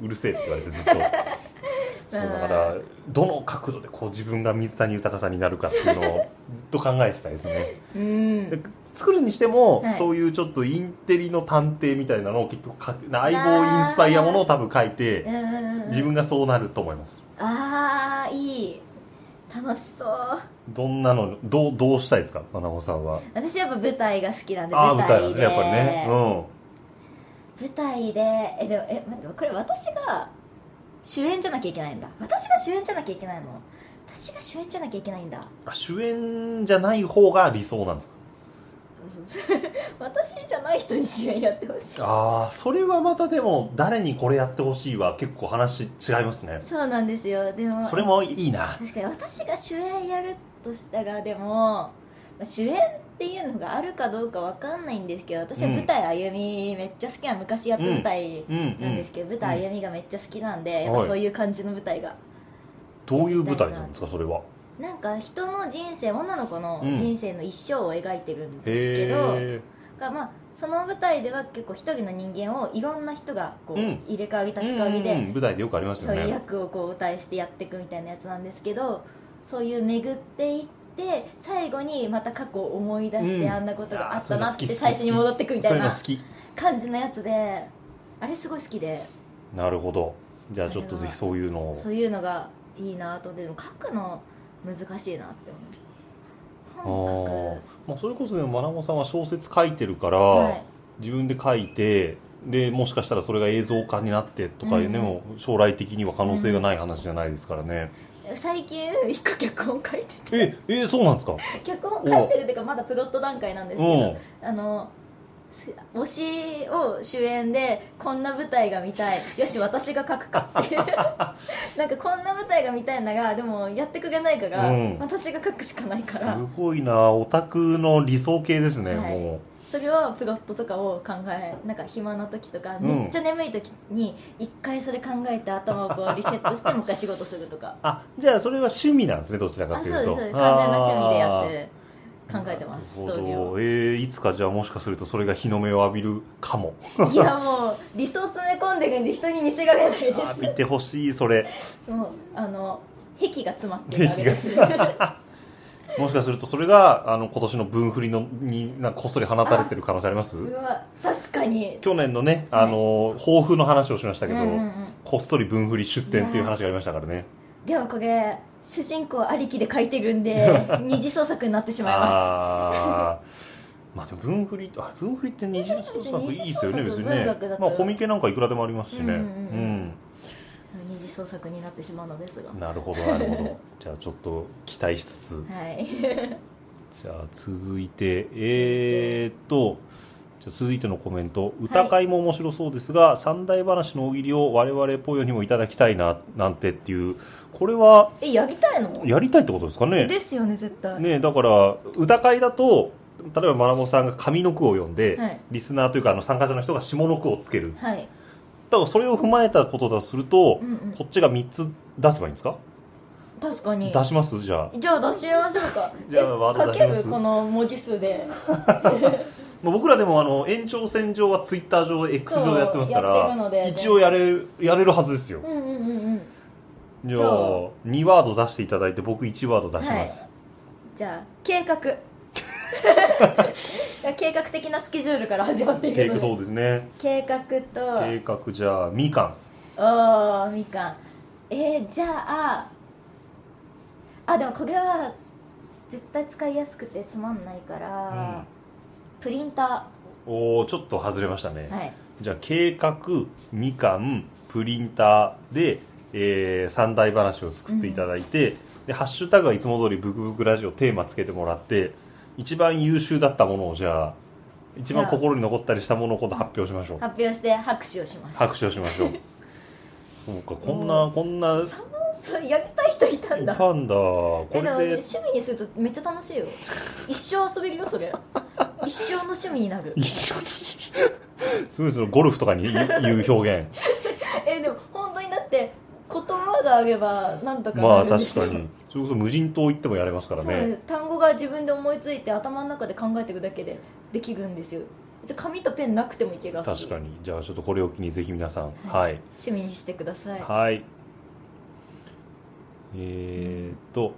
[SPEAKER 2] うるせえ」って言われてずっとそうだからどの角度でこう自分が水谷豊さんになるかっていうのをずっと考えてたですね
[SPEAKER 1] うん
[SPEAKER 2] で作るにしても、
[SPEAKER 1] はい
[SPEAKER 2] そういうちょっとインテリの探偵みたいなのを結局か相棒インスパイアものを多分書いて、自分がそうなると思います
[SPEAKER 1] ああいい楽しそう
[SPEAKER 2] どんなのどうどうしたいですかまなもさんは
[SPEAKER 1] 私やっぱ舞台が好きなんで
[SPEAKER 2] ああー
[SPEAKER 1] 舞
[SPEAKER 2] 舞台
[SPEAKER 1] 台
[SPEAKER 2] なん
[SPEAKER 1] で
[SPEAKER 2] ですねやっぱりね
[SPEAKER 1] 舞台でえでもえ待ってこれ私が主演じゃなきゃいけないんだ私が主演じゃなきゃいけないの私が主演じゃなきゃいけないんだ
[SPEAKER 2] うんあ主演じゃない方が理想なんですか
[SPEAKER 1] 私じゃない人に主演やってほしい
[SPEAKER 2] ああそれはまたでも誰にこれやってほしいは結構話違いますね
[SPEAKER 1] そうなんですよでも
[SPEAKER 2] それもいいな
[SPEAKER 1] 確かに私が主演やるとしたらでもまあ主演っていうのがあるかどうかわかんないんですけど私は舞台あゆみめっちゃ好きな昔やった舞台
[SPEAKER 2] うんう
[SPEAKER 1] なんで
[SPEAKER 2] ん
[SPEAKER 1] すけど、舞台あゆみがめっちゃ好きなんで、
[SPEAKER 2] ん
[SPEAKER 1] やっぱそういう感じの舞台が
[SPEAKER 2] どういう舞台なんですかそれは
[SPEAKER 1] なんか人の人生女の子の人生の一生を描いてるんですけど、
[SPEAKER 2] へえ
[SPEAKER 1] がまあ、その舞台では結構一人の人間をいろんな人がこう、
[SPEAKER 2] うん
[SPEAKER 1] 入れ替わり立ち替わりで、
[SPEAKER 2] 舞台でよくありました
[SPEAKER 1] そう
[SPEAKER 2] よ
[SPEAKER 1] いう
[SPEAKER 2] ね
[SPEAKER 1] 役をこう対してやっていくみたいなやつなんですけどそういう巡っていって最後にまた過去を思い出して、
[SPEAKER 2] うん
[SPEAKER 1] あんなことがあっ
[SPEAKER 2] そ
[SPEAKER 1] た
[SPEAKER 2] ういう
[SPEAKER 1] な
[SPEAKER 2] の
[SPEAKER 1] っ
[SPEAKER 2] 好き
[SPEAKER 1] て
[SPEAKER 2] 好き
[SPEAKER 1] 最初に戻ってくみ
[SPEAKER 2] そ
[SPEAKER 1] た
[SPEAKER 2] うい
[SPEAKER 1] いう
[SPEAKER 2] の
[SPEAKER 1] な
[SPEAKER 2] 好き
[SPEAKER 1] 感じのやつであれすごい好きで
[SPEAKER 2] なるほどじゃあちょっとぜひそういうのを
[SPEAKER 1] そういうのがいいなとでも書くの難しいなって思う書
[SPEAKER 2] あー
[SPEAKER 1] く
[SPEAKER 2] まあ、それこそね、まなもさんは小説書いてるから、
[SPEAKER 1] はい
[SPEAKER 2] 自分で書いてでもしかしたらそれが映像化になってとかいうね、
[SPEAKER 1] うん
[SPEAKER 2] もう将来的には可能性がない話じゃないですからね、
[SPEAKER 1] 最近一個脚本書いて
[SPEAKER 2] ええそうなんですか
[SPEAKER 1] て脚本書いてるっていうかまだプロット段階なんですけどあのす推しを主演でこんな舞台が見たいよし私が書くかっていう なんかこんな舞台が見たいんだがでもやってくれないから、
[SPEAKER 2] うん
[SPEAKER 1] 私が書くしかないか
[SPEAKER 2] す
[SPEAKER 1] ら
[SPEAKER 2] ごいなオタクの理想系ですね、
[SPEAKER 1] はい
[SPEAKER 2] も
[SPEAKER 1] それをプロットとかを考えなんか暇な時とか、
[SPEAKER 2] うん
[SPEAKER 1] めっちゃ眠い時に一回それ考えて頭をこうリセットしてもう一回仕事すると か
[SPEAKER 2] うあじゃあそれは趣味なんですねどちら
[SPEAKER 1] あ
[SPEAKER 2] か
[SPEAKER 1] そう
[SPEAKER 2] と
[SPEAKER 1] です
[SPEAKER 2] いう
[SPEAKER 1] そう
[SPEAKER 2] と
[SPEAKER 1] です完全な趣味でやっ
[SPEAKER 2] あー
[SPEAKER 1] て考えてますス
[SPEAKER 2] な
[SPEAKER 1] ト
[SPEAKER 2] る
[SPEAKER 1] ーリー
[SPEAKER 2] ほ
[SPEAKER 1] を
[SPEAKER 2] どえーいつかじゃあもしかするとそれが日の目を浴びるかも
[SPEAKER 1] いやもう理想詰め込んでるんで人に見せられないで
[SPEAKER 2] あ
[SPEAKER 1] す
[SPEAKER 2] 見てほしいそれ
[SPEAKER 1] もうあの癖が詰まってるあれです
[SPEAKER 2] 癖もしかするとそれがあの今年の分振りのになんかこっそり放たれてる可能性あります
[SPEAKER 1] うわ確かに
[SPEAKER 2] 去年のね、
[SPEAKER 1] はい
[SPEAKER 2] あの抱負の話をしましたけど、
[SPEAKER 1] うんうんうん
[SPEAKER 2] こっそり分振り出店っていう話がありましたからね
[SPEAKER 1] ではこれ主人公ありきで書いてるん で二次創作になってしまいま
[SPEAKER 2] あーまあでも文振りあれ文振りって二次創作いいですよね別に
[SPEAKER 1] 文学
[SPEAKER 2] ね
[SPEAKER 1] だったら
[SPEAKER 2] まあコミケなんかいくらでもありますし
[SPEAKER 1] う
[SPEAKER 2] ねうんん
[SPEAKER 1] うんうす二次創作になってしまうのですが
[SPEAKER 2] なるほどなるほどじゃあちょっと期待しつつ
[SPEAKER 1] はい
[SPEAKER 2] じゃあ続いてえー、っとじゃあ続いてのコメント歌会も面白そうですが、三大話の大喜利を我々ぽよにもいただきたいななんてっていうこれは
[SPEAKER 1] えやりたいの
[SPEAKER 2] やりたいってことですかね
[SPEAKER 1] ですよね絶対、
[SPEAKER 2] ねだから歌会だと例えばまなもさんが上の句を読んで、
[SPEAKER 1] はい
[SPEAKER 2] リスナーというかあの参加者の人が下の句をつける
[SPEAKER 1] はい
[SPEAKER 2] だからそれを踏まえたことだとすると、
[SPEAKER 1] うんうん
[SPEAKER 2] こっちが3つ出せばいいんですか、
[SPEAKER 1] 確かに
[SPEAKER 2] 出しますじゃあ、
[SPEAKER 1] じゃあ出しましょうか
[SPEAKER 2] じゃあワード出
[SPEAKER 1] え
[SPEAKER 2] し
[SPEAKER 1] か
[SPEAKER 2] ま
[SPEAKER 1] け
[SPEAKER 2] す
[SPEAKER 1] るこの文字数で
[SPEAKER 2] まあ、僕らでもあの延長線上はツイッター上 X 上でやってますか
[SPEAKER 1] そうやってるの
[SPEAKER 2] ら
[SPEAKER 1] で
[SPEAKER 2] 一応やれるやれるはずですよ
[SPEAKER 1] うんうんうんうん
[SPEAKER 2] じゃあ
[SPEAKER 1] じゃあ
[SPEAKER 2] 2ワード出していただいて僕1ワード出します、
[SPEAKER 1] じゃあ計 画計画的なスケジュールから始まっていく
[SPEAKER 2] 計
[SPEAKER 1] の
[SPEAKER 2] 画
[SPEAKER 1] で
[SPEAKER 2] そうですね
[SPEAKER 1] 計画
[SPEAKER 2] 計
[SPEAKER 1] と
[SPEAKER 2] 画じゃあみかん
[SPEAKER 1] おーみかんえー、じゃああでもこれは絶対使いやすくてつまんないから、プリンタ
[SPEAKER 2] おおちょっと外れましたね、
[SPEAKER 1] ーはい
[SPEAKER 2] じゃあ計画みかんプリンターで、えー三大話を作っていただいて、でハッシュタグはいつも通り「ブクブクラジオ」テーマつけてもらって一番優秀だったものをじゃあ一番
[SPEAKER 1] じゃあ
[SPEAKER 2] 心に残ったりしたものを今度発表しましょう
[SPEAKER 1] 発表して拍手をします
[SPEAKER 2] 拍手をしま しょうそうかこんなこんな
[SPEAKER 1] そうやりたい人いたんだ
[SPEAKER 2] パンダこ
[SPEAKER 1] えでも
[SPEAKER 2] れで
[SPEAKER 1] 趣味にするとめっちゃ楽しいよ一生遊べるよそれ一生の趣味になる
[SPEAKER 2] 一緒に すごいそのゴルフとかに言う 表現
[SPEAKER 1] えでも本当にだって言葉があればなんとか
[SPEAKER 2] ま
[SPEAKER 1] な
[SPEAKER 2] あ
[SPEAKER 1] るんで
[SPEAKER 2] 確
[SPEAKER 1] すよ、
[SPEAKER 2] かにそれこそ無人島行ってもやれますから
[SPEAKER 1] そうなんで
[SPEAKER 2] ね
[SPEAKER 1] す単語が自分で思いついて頭の中で考えていくだけでできるんですよ別に紙とペンなくてもいけが
[SPEAKER 2] 確か
[SPEAKER 1] に
[SPEAKER 2] にじゃあちょっとこれを機にぜひ皆さんはい
[SPEAKER 1] 趣味にしてください
[SPEAKER 2] はい。えーっと、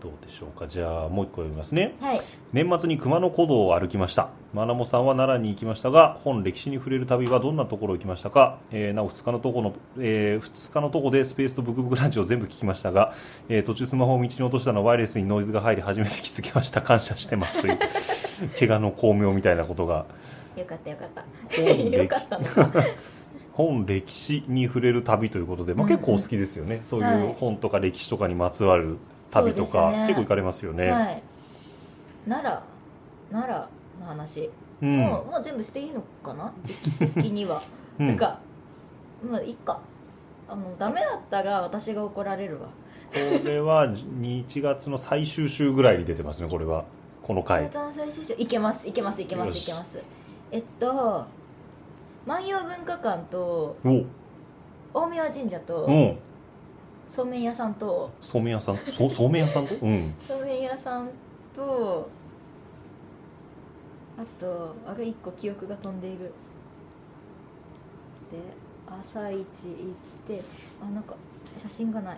[SPEAKER 2] どうでしょうか。じゃあ、もう一個読みますね。
[SPEAKER 1] はい
[SPEAKER 2] 年末に熊野古道を歩きました。まなもさんは奈良に行きましたが、本歴史に触れる旅はどんなところ行きましたか、えーなお2日のとこの、え2日のとこでスペースとブクブクランチを全部聞きましたが、えー途中スマホを道に落としたのはワイヤレスにノイズが入り初めて気づきました。感謝してます という、怪我の巧妙みたいなことが。
[SPEAKER 1] よかったよかった
[SPEAKER 2] 本歴
[SPEAKER 1] よかったの
[SPEAKER 2] 本歴史に触れる旅ということで、まあ、
[SPEAKER 1] うんうん
[SPEAKER 2] 結構お好きですよね、そう
[SPEAKER 1] はいいう
[SPEAKER 2] 本とか歴史とかにまつわる旅と
[SPEAKER 1] そう
[SPEAKER 2] か、
[SPEAKER 1] ですね
[SPEAKER 2] 結構行かれますよね、
[SPEAKER 1] はい奈良奈良の話、
[SPEAKER 2] うん
[SPEAKER 1] もうもう全部していいのかな時期的には、
[SPEAKER 2] うん
[SPEAKER 1] なんかまあいっかあもうダメだったら私が怒られるわ
[SPEAKER 2] これは1月の最終週ぐらいに出てますねこれはこの
[SPEAKER 1] はい、
[SPEAKER 2] 回
[SPEAKER 1] 最終章いけますいけますいけま
[SPEAKER 2] よ
[SPEAKER 1] すい
[SPEAKER 2] し
[SPEAKER 1] けますえっと万葉文化館と
[SPEAKER 2] お
[SPEAKER 1] 大宮神社と、
[SPEAKER 2] うん
[SPEAKER 1] そうめん屋さんと
[SPEAKER 2] そうめん屋さんそうそうめん屋さんとうん
[SPEAKER 1] そうめん屋さんとあとあれ一個記憶が飛んでいるで朝一行ってあなんか写真がない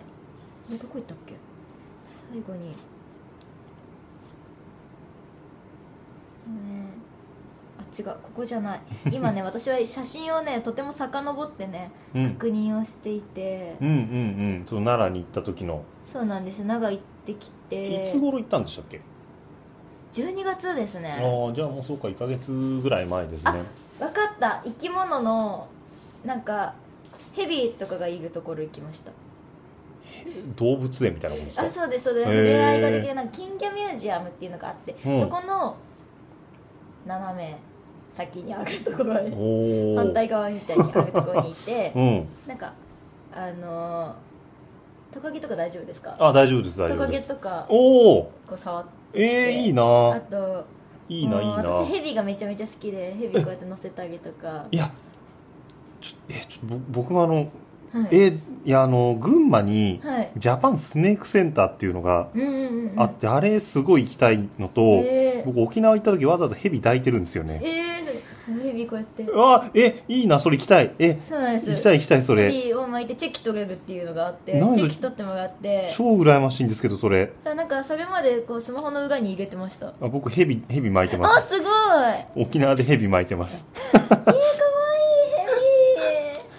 [SPEAKER 1] でどこ行ったっけ最後にそうねあ違うここじゃない今 ね私は写真をねとても遡ってね
[SPEAKER 2] うん
[SPEAKER 1] 確認をしていて
[SPEAKER 2] うんうんうんその奈良に行った時の
[SPEAKER 1] そうなんです長行っってきて
[SPEAKER 2] いつ頃行ったんでしたっけ、
[SPEAKER 1] 12月です
[SPEAKER 2] あ
[SPEAKER 1] ね
[SPEAKER 2] あーじゃあもうそうか1か月ぐらい前ですね
[SPEAKER 1] あ分かった生き物のなんかヘビとかがいるところ行きました
[SPEAKER 2] 動物園みたいなもんですか
[SPEAKER 1] あそうですそうです
[SPEAKER 2] へー
[SPEAKER 1] 出会いができるなんか金魚ミュージアムっていうのがあって、
[SPEAKER 2] うん
[SPEAKER 1] そこの斜め先にあるところに
[SPEAKER 2] おお
[SPEAKER 1] 反対側みたいにあるところにいて
[SPEAKER 2] うん
[SPEAKER 1] なんかあのートカゲとか大丈夫ですか
[SPEAKER 2] あ大丈夫です大丈
[SPEAKER 1] トカ
[SPEAKER 2] 夫で
[SPEAKER 1] ゲ
[SPEAKER 2] す
[SPEAKER 1] とか
[SPEAKER 2] おお
[SPEAKER 1] こう触って
[SPEAKER 2] ええいい
[SPEAKER 1] あ
[SPEAKER 2] な
[SPEAKER 1] と
[SPEAKER 2] いいないい
[SPEAKER 1] もう
[SPEAKER 2] な
[SPEAKER 1] 私ヘビがめちゃめちゃ好きでヘビこうやって乗せてあげとか、はい
[SPEAKER 2] やちょえちょぼ僕もあの
[SPEAKER 1] い、
[SPEAKER 2] えいやあの群馬に
[SPEAKER 1] はい
[SPEAKER 2] ジャパンスネークセンターっていうのが
[SPEAKER 1] うんうんうん
[SPEAKER 2] あって、あれすごい行きたいのと、
[SPEAKER 1] えー、
[SPEAKER 2] 僕沖縄行った時わざわざヘビ抱いてるんですよね
[SPEAKER 1] えー、ヘビこうやって
[SPEAKER 2] うわえいいなそれ行きたいえ
[SPEAKER 1] そうなんです
[SPEAKER 2] 行きたい行きたいそれ
[SPEAKER 1] ヘビを巻いてチェキ取れるっていうのがあってチ
[SPEAKER 2] なんで
[SPEAKER 1] ェキ取ってもらって
[SPEAKER 2] 超羨ましいんですけどそれ
[SPEAKER 1] なんかそれまでこうスマホの裏に入れてました
[SPEAKER 2] あ僕ヘビヘビ巻いてま
[SPEAKER 1] あ
[SPEAKER 2] す
[SPEAKER 1] すごいえ
[SPEAKER 2] 沖縄でヘビ巻いてます
[SPEAKER 1] ー、かわいいヘビ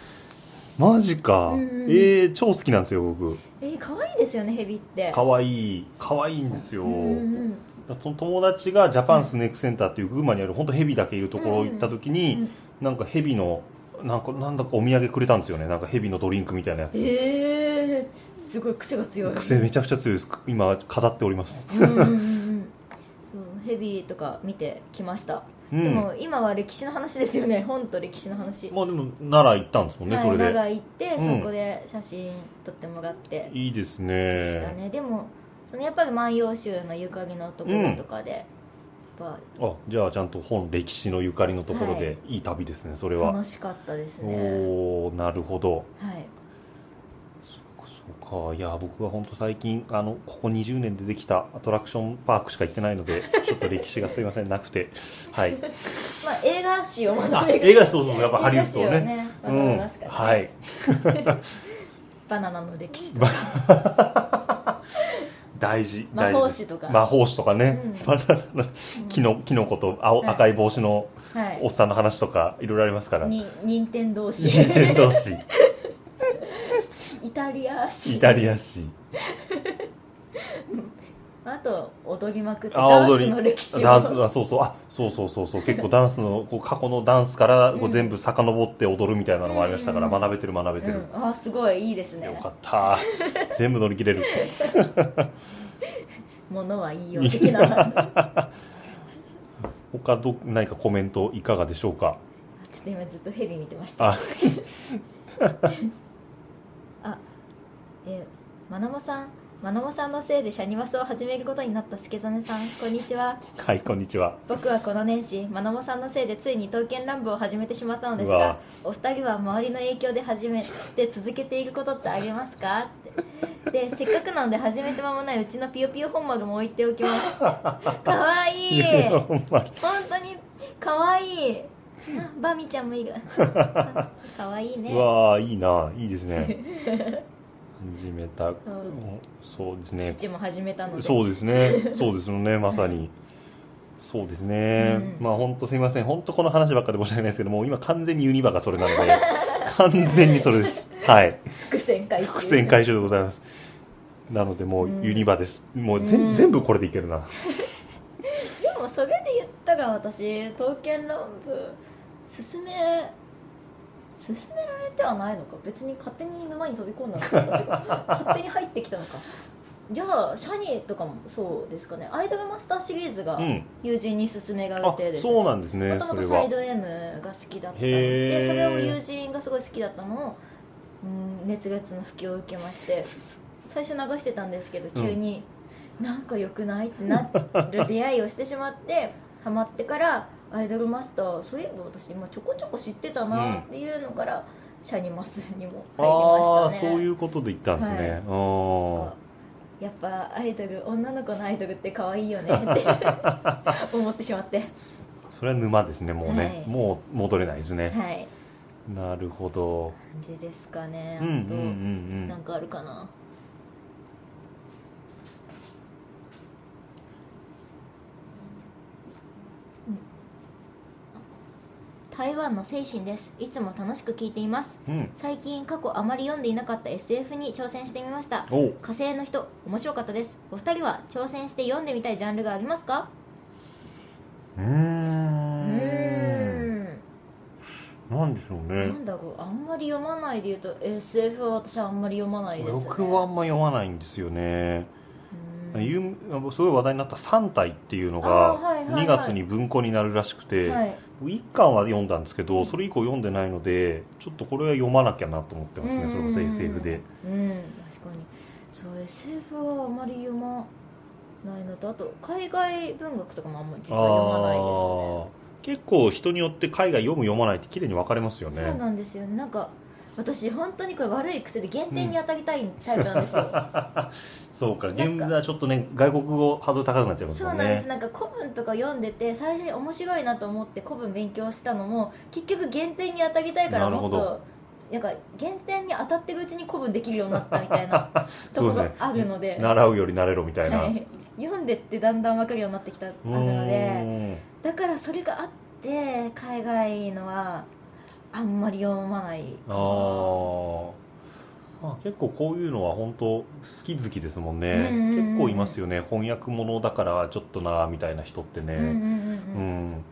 [SPEAKER 2] マジか、
[SPEAKER 1] うんうんうん
[SPEAKER 2] えー、超好きなんですよ僕
[SPEAKER 1] えー、かわいいですよねヘビって
[SPEAKER 2] かわいいかわいいんですよ、
[SPEAKER 1] うんうん
[SPEAKER 2] だからその友達がジャパンスネークセンターっていう群馬にある本当ヘビだけいるところ行った時に、
[SPEAKER 1] うんうん
[SPEAKER 2] なんかヘビのなんかなんだかお土産くれたんですよねなんかヘビのドリンクみたいなやつ、
[SPEAKER 1] えー、すごい癖が強い
[SPEAKER 2] 癖めちゃくちゃ強いです今飾っております
[SPEAKER 1] うんうんうんうんそうヘビとか見てきました、
[SPEAKER 2] う ん
[SPEAKER 1] でも今は歴史の話ですよね本と歴史の話、
[SPEAKER 2] まあでも奈良行ったんですもんね、
[SPEAKER 1] はい
[SPEAKER 2] それで
[SPEAKER 1] 奈良行って、
[SPEAKER 2] うん
[SPEAKER 1] そこで写真撮ってもらって
[SPEAKER 2] いいです
[SPEAKER 1] で
[SPEAKER 2] ね
[SPEAKER 1] したね、でもそのやっぱり「万葉集」のゆかりのところとかで、やっ
[SPEAKER 2] あじゃあちゃんと本歴史のゆかりのところで、、
[SPEAKER 1] はい
[SPEAKER 2] い旅ですねそれ
[SPEAKER 1] ぱ
[SPEAKER 2] は、
[SPEAKER 1] 楽しかったですね
[SPEAKER 2] おおなるほど
[SPEAKER 1] はい
[SPEAKER 2] そうかいや僕は本当最近あのここ20年でできたアトラクションパークしか行ってないので ちょっと歴史がすいませんなくて はい
[SPEAKER 1] まあ映画史を学
[SPEAKER 2] あ
[SPEAKER 1] べる
[SPEAKER 2] 映画そうそうやっぱハリウッドをね
[SPEAKER 1] 映画史をね
[SPEAKER 2] う
[SPEAKER 1] 学
[SPEAKER 2] ん
[SPEAKER 1] びますからね
[SPEAKER 2] はい
[SPEAKER 1] バナナの歴史とか
[SPEAKER 2] 大事
[SPEAKER 1] 魔
[SPEAKER 2] 大事
[SPEAKER 1] 法
[SPEAKER 2] です
[SPEAKER 1] 師とか
[SPEAKER 2] 魔法師とかね、
[SPEAKER 1] うん
[SPEAKER 2] バナナのキノキノコと青、
[SPEAKER 1] はい
[SPEAKER 2] 赤い帽子の
[SPEAKER 1] は
[SPEAKER 2] おっ
[SPEAKER 1] い
[SPEAKER 2] さんの話とかいろいろありますから
[SPEAKER 1] に任天堂史
[SPEAKER 2] 任天堂史
[SPEAKER 1] イタリア史
[SPEAKER 2] イタリア史
[SPEAKER 1] あと踊りまくって
[SPEAKER 2] あ
[SPEAKER 1] ダン
[SPEAKER 2] 踊
[SPEAKER 1] ス
[SPEAKER 2] り
[SPEAKER 1] の歴史を
[SPEAKER 2] ダンスあそうそうあそうそうそうそう結構ダンスのこう過去のダンスからこ
[SPEAKER 1] う
[SPEAKER 2] うん全部遡って踊るみたいなのもありましたから、
[SPEAKER 1] うん
[SPEAKER 2] 学べてる学べてる、
[SPEAKER 1] うん、あすごいいいですね
[SPEAKER 2] よかった 全部乗り切れる
[SPEAKER 1] ものはいいよ的なちょ
[SPEAKER 2] 他ど何かコメントいかがでしょうか
[SPEAKER 1] っと今ずっとヘビ見てましたあ
[SPEAKER 2] あ
[SPEAKER 1] えー、まなまさんまなまさんのせいでシャニマスを始めることになった助真さんこんにちは
[SPEAKER 2] はいこんにちは
[SPEAKER 1] 僕はこの年始まなまさんのせいでついに刀剣乱舞を始めてしまったのです
[SPEAKER 2] う
[SPEAKER 1] が
[SPEAKER 2] わ
[SPEAKER 1] お二人は周りの影響で始めて続けていることってありますかってでせっかくなので始めて間もないうちのピヨピヨ本丸も置いておきます かわいい
[SPEAKER 2] ほんまに
[SPEAKER 1] 本当に可愛いあバミちゃんもいるあ可愛いね
[SPEAKER 2] うわーいいないいですね 始めた、
[SPEAKER 1] ん
[SPEAKER 2] そうですね
[SPEAKER 1] 父も始めたので
[SPEAKER 2] そうです ね、そうですよね、まさに。そうですね、
[SPEAKER 1] うん
[SPEAKER 2] まあ本当すみません、本当この話ばっかりで申し訳ないですけども、今完全にユニバがそれなの で、完全にそれです。はい。
[SPEAKER 1] 伏線回収
[SPEAKER 2] 伏線回収でございます。なのでも
[SPEAKER 1] うん
[SPEAKER 2] うユニバです。もうぜん
[SPEAKER 1] うん
[SPEAKER 2] 全部これでいけるな。
[SPEAKER 1] でもそれで言ったら私刀剣乱舞進め進められてはないのか別に勝手に沼に飛び込んだのか私が勝手に入ってきたのかじゃあシャニーとかもそうですかねアイドルマスターシリーズが
[SPEAKER 2] うん。
[SPEAKER 1] 友人に勧められ
[SPEAKER 2] あ
[SPEAKER 1] て、ですね
[SPEAKER 2] そうなんですね
[SPEAKER 1] も、と
[SPEAKER 2] そ
[SPEAKER 1] もと
[SPEAKER 2] れ
[SPEAKER 1] サ
[SPEAKER 2] は
[SPEAKER 1] イ。ド M が好きだったの
[SPEAKER 2] へ
[SPEAKER 1] で
[SPEAKER 2] ー
[SPEAKER 1] それを友人がすごい好きだったのを、うん、熱烈の吹きを受けまして最初流してたんですけど
[SPEAKER 2] うん
[SPEAKER 1] 急に、なんか良くないってなる出会いをしてしまってハマってからアイドルマスターそういえば私今ちょこちょこ知ってた
[SPEAKER 2] うん
[SPEAKER 1] なっていうのから、シャニマスにも
[SPEAKER 2] あ
[SPEAKER 1] 入り
[SPEAKER 2] あ
[SPEAKER 1] ま
[SPEAKER 2] ー、
[SPEAKER 1] したね
[SPEAKER 2] そういうことで言ったんですね。
[SPEAKER 1] なんか
[SPEAKER 2] う
[SPEAKER 1] やっぱアイドル女の子のアイドルって可愛いよねって 思ってしまって
[SPEAKER 2] ん。それは沼ですね、もうね。
[SPEAKER 1] はい
[SPEAKER 2] もう戻れないですね。
[SPEAKER 1] はい
[SPEAKER 2] なるほど。
[SPEAKER 1] 感じですかねあ
[SPEAKER 2] うん
[SPEAKER 1] と、
[SPEAKER 2] うんうんうん。
[SPEAKER 1] なんかあるかなうん台湾の精神ですいつも楽しく聞いています
[SPEAKER 2] うん
[SPEAKER 1] 最近過去あまり読んでいなかった SF に挑戦してみました
[SPEAKER 2] おう
[SPEAKER 1] 火星の人面白かったですお二人は挑戦して読んでみたいジャンルがありますか
[SPEAKER 2] うー
[SPEAKER 1] うんーん
[SPEAKER 2] なんでしょう
[SPEAKER 1] な
[SPEAKER 2] ね
[SPEAKER 1] んだろうあんまり読まないで言うと SF は私はあんまり読まないです、ね、
[SPEAKER 2] 僕はあんま読まないんですよね
[SPEAKER 1] うん
[SPEAKER 2] 有名すごい話題になった「三体」っていうの
[SPEAKER 1] あ
[SPEAKER 2] が
[SPEAKER 1] ーはいはいはい
[SPEAKER 2] 2月に文庫になるらしくて、
[SPEAKER 1] はい
[SPEAKER 2] 1巻は読んだんですけどそれ以降読んでないのでちょっとこれは読まなきゃなと思ってますね、それこそ SF で
[SPEAKER 1] うん確かにそう SF はあまり読まないのとあと海外文学とかもあんまり実は読まないで
[SPEAKER 2] あー結構人によって海外読む読まないって綺麗に分かれますよ
[SPEAKER 1] すねそう
[SPEAKER 2] ね
[SPEAKER 1] なんですよねなんか私本当にこれ悪い癖で原点に当たりたいタイプなんです よ、
[SPEAKER 2] そうか
[SPEAKER 1] なんか
[SPEAKER 2] 現代はちょっとね外国語ハードル高くなっちゃいます
[SPEAKER 1] そう
[SPEAKER 2] よ
[SPEAKER 1] なん
[SPEAKER 2] ね
[SPEAKER 1] です、なんか古文とか読んでて最初に面白いなと思って古文勉強したのも結局原点に当たりたいから
[SPEAKER 2] なる
[SPEAKER 1] も
[SPEAKER 2] ほ
[SPEAKER 1] っ
[SPEAKER 2] ど
[SPEAKER 1] となんか原点に当たってるうちに古文できるようになったみたいなとこ
[SPEAKER 2] そう
[SPEAKER 1] が
[SPEAKER 2] ね
[SPEAKER 1] あるので、
[SPEAKER 2] 習うより慣れろみたいな、
[SPEAKER 1] はい、読んでってだんだん分かるようになってきたある
[SPEAKER 2] う
[SPEAKER 1] ので。
[SPEAKER 2] ーん
[SPEAKER 1] だからそれがあって海外のはあんまり読まない
[SPEAKER 2] あーまあ結構こういうのは本当好き好きですもんね、
[SPEAKER 1] うんうんうん
[SPEAKER 2] 結構いますよね翻訳ものだからちょっとなみたいな人ってね、
[SPEAKER 1] うんうんうんうん
[SPEAKER 2] うん、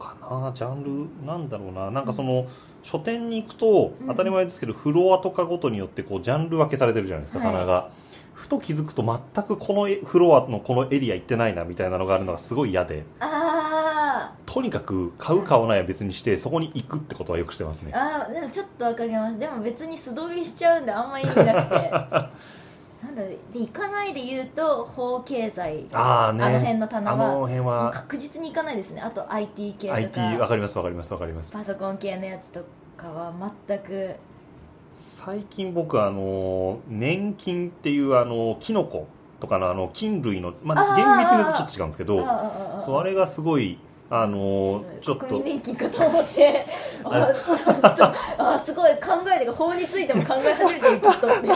[SPEAKER 2] 他なジャンルなんだろうななんかその書店に行くと
[SPEAKER 1] うん
[SPEAKER 2] 当たり前ですけど、フロアとかごとによってこうジャンル分けされてるじゃないですか、
[SPEAKER 1] はい
[SPEAKER 2] 棚がふと気づくと全くこのえフロアのこのエリア行ってないなみたいなのがあるのがすごい嫌で
[SPEAKER 1] あー
[SPEAKER 2] とにかく買う買わないは別にしてそこに行くってことはよくしてますね
[SPEAKER 1] あーでもちょっとわかりますでも別に素通りしちゃうんであんま意味なくて なんだろうで行かないで言うと法経済
[SPEAKER 2] ああね
[SPEAKER 1] あの辺の棚
[SPEAKER 2] あ
[SPEAKER 1] は
[SPEAKER 2] の辺は
[SPEAKER 1] 確実に行かないですねあと IT 系と
[SPEAKER 2] IT わ
[SPEAKER 1] か
[SPEAKER 2] かりますわかりますわかります
[SPEAKER 1] パソコン系のやつとかは全く
[SPEAKER 2] 最近僕あの年金っていうあのキノコとかのあの菌類の、ま
[SPEAKER 1] あ
[SPEAKER 2] あ、
[SPEAKER 1] ー
[SPEAKER 2] 厳密に言うとちょっと違うんですけど
[SPEAKER 1] ああ
[SPEAKER 2] そうあれがすごいあのーちょっ
[SPEAKER 1] 国民
[SPEAKER 2] と
[SPEAKER 1] 年金かと思って あそうあすごい考えが法についても考え始めてるきっと って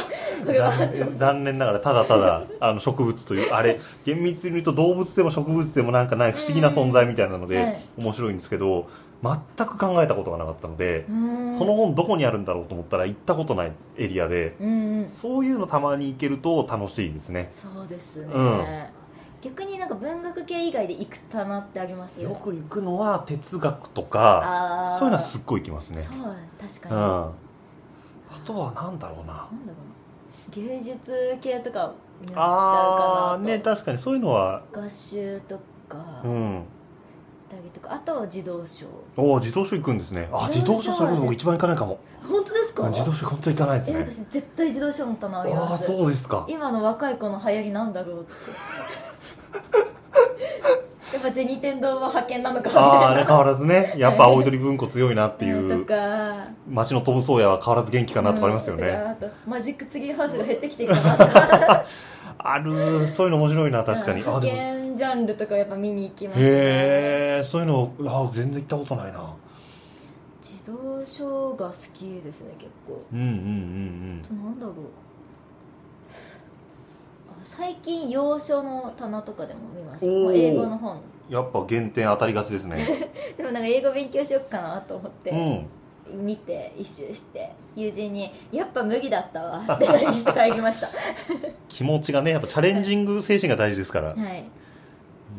[SPEAKER 1] こ れは
[SPEAKER 2] 残念残念ながらただただ あの植物というあれ厳密に言うと動物でも植物でもなんかない不思議な存在みたいなの
[SPEAKER 1] うんはい
[SPEAKER 2] で面白いんですけど全く考えたことがなかったので
[SPEAKER 1] うーん
[SPEAKER 2] その本どこにあるんだろうと思ったら行ったことないエリアで
[SPEAKER 1] うんうん
[SPEAKER 2] そういうのたまに行けると楽しいですね
[SPEAKER 1] そうですね、
[SPEAKER 2] うん
[SPEAKER 1] 逆になんか文学系以外で行く棚ってあります
[SPEAKER 2] よく行くのは哲学とか
[SPEAKER 1] あー
[SPEAKER 2] そういうのはすっごい行きますね
[SPEAKER 1] そう確か
[SPEAKER 2] うん
[SPEAKER 1] に、
[SPEAKER 2] あとはなんだろ
[SPEAKER 1] な
[SPEAKER 2] うな
[SPEAKER 1] んだろう芸術系とかになっちゃうか
[SPEAKER 2] あ
[SPEAKER 1] なと
[SPEAKER 2] あね確かにそういうのは
[SPEAKER 1] 学習とか、
[SPEAKER 2] うん
[SPEAKER 1] だけとかあとは児童書
[SPEAKER 2] おお自動書行くんですねあ
[SPEAKER 1] 自
[SPEAKER 2] 自
[SPEAKER 1] 動
[SPEAKER 2] 動
[SPEAKER 1] 車はね
[SPEAKER 2] 書それこそ僕一番行かないかも
[SPEAKER 1] 本当ですか
[SPEAKER 2] 自動書本当行かないです
[SPEAKER 1] え
[SPEAKER 2] ね
[SPEAKER 1] 私絶対自動書の棚あり
[SPEAKER 2] あ
[SPEAKER 1] ま
[SPEAKER 2] あ
[SPEAKER 1] す
[SPEAKER 2] そうですか
[SPEAKER 1] 今の若い子の流行りなんだ ろうってやっぱ銭天堂は派遣なのかみ
[SPEAKER 2] ああ
[SPEAKER 1] た
[SPEAKER 2] あ
[SPEAKER 1] い
[SPEAKER 2] れ
[SPEAKER 1] な
[SPEAKER 2] 変わらずねやっぱ青い鳥文庫強いな ってい
[SPEAKER 1] と
[SPEAKER 2] う
[SPEAKER 1] か
[SPEAKER 2] 街のトム・ソーヤは変わらず元気かなとかありますよ
[SPEAKER 1] うん
[SPEAKER 2] ね
[SPEAKER 1] とかあとマジックツリーハウスが減ってきてるかなとか
[SPEAKER 2] あるーそういうの面白いな確かにあ
[SPEAKER 1] 派
[SPEAKER 2] でもへ
[SPEAKER 1] 遣ジャンルとかやっぱ見に行きますね
[SPEAKER 2] えそういうのあー全然行ったことないな
[SPEAKER 1] 自動書が好きですね結構
[SPEAKER 2] うんうんうん
[SPEAKER 1] あとなんだろうあ最近洋書の棚とかでも見ます
[SPEAKER 2] おー
[SPEAKER 1] まあ英語の本
[SPEAKER 2] うんやっぱ原点当たりがちです ね
[SPEAKER 1] でもなんか英語勉強しよっかなと思って、
[SPEAKER 2] うん
[SPEAKER 1] 見て一周して友人に「やっぱ麦だったわ」って LINE して帰りま したは
[SPEAKER 2] 気持ちがねやっぱチャレンジング精神が大事ですから
[SPEAKER 1] いはい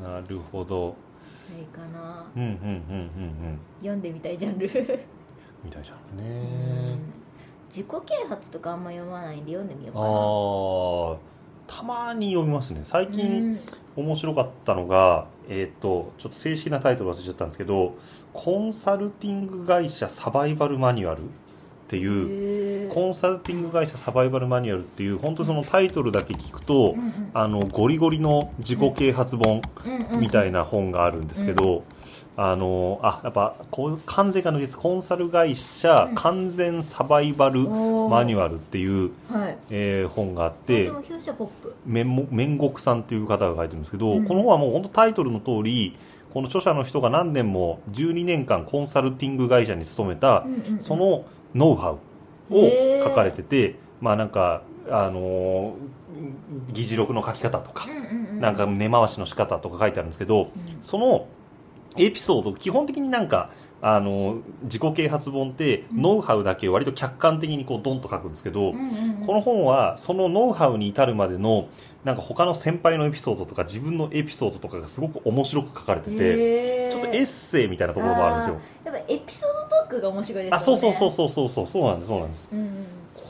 [SPEAKER 2] なるほど
[SPEAKER 1] かな
[SPEAKER 2] うんうんうんうんうん
[SPEAKER 1] 読んでみたいジャンル
[SPEAKER 2] みたいじゃん
[SPEAKER 1] う
[SPEAKER 2] ね
[SPEAKER 1] ん自己啓発とかあんま読まないんで読んでみようか
[SPEAKER 2] あ
[SPEAKER 1] な
[SPEAKER 2] ーたまに読みますね最
[SPEAKER 1] う
[SPEAKER 2] 近
[SPEAKER 1] ん
[SPEAKER 2] 面白かったのが、えーっとちょっと正式なタイトル忘れちゃったんですけどコンサルティング会社サバイバルマニュアルってい
[SPEAKER 1] へ
[SPEAKER 2] う
[SPEAKER 1] ー
[SPEAKER 2] コンサルティング会社サバイバルマニュアルっていう本当そのタイトルだけ聞くと
[SPEAKER 1] うんうん
[SPEAKER 2] あのゴリゴリの自己啓発本
[SPEAKER 1] うんうん
[SPEAKER 2] みたいな本があるんですけど、あのあやっぱこう完全化のですコンサル会社
[SPEAKER 1] うん
[SPEAKER 2] 完全サバイバル
[SPEAKER 1] おー
[SPEAKER 2] マニュアルっていう、
[SPEAKER 1] はい
[SPEAKER 2] えー本があっ
[SPEAKER 1] で
[SPEAKER 2] て
[SPEAKER 1] も表紙はポップ
[SPEAKER 2] 面目面国さんっていう方が書いてるんですけど、
[SPEAKER 1] うん
[SPEAKER 2] この本はもう本当タイトルの通りこの著者の人が何年も12年間コンサルティング会社に勤めた、そのノウハウを書かれててまあなんかあのー議事録の書き方とか、なんか根回しの仕方とか書いてあるんですけどそのエピソード基本的になんかあの自己啓発本ってノウハウだけ割と客観的にこうドンと書くんですけど、
[SPEAKER 1] うんうんうん
[SPEAKER 2] この本はそのノウハウに至るまでのなんか他の先輩のエピソードとか自分のエピソードとかがすごく面白く書かれてて、
[SPEAKER 1] へー
[SPEAKER 2] ちょっとエッセイみたいなところもあるんですよ
[SPEAKER 1] あーやっぱエピソードトークが面白いですよね
[SPEAKER 2] あそうそうそうそうそうそうそうなんですそうなんです
[SPEAKER 1] う、んうん、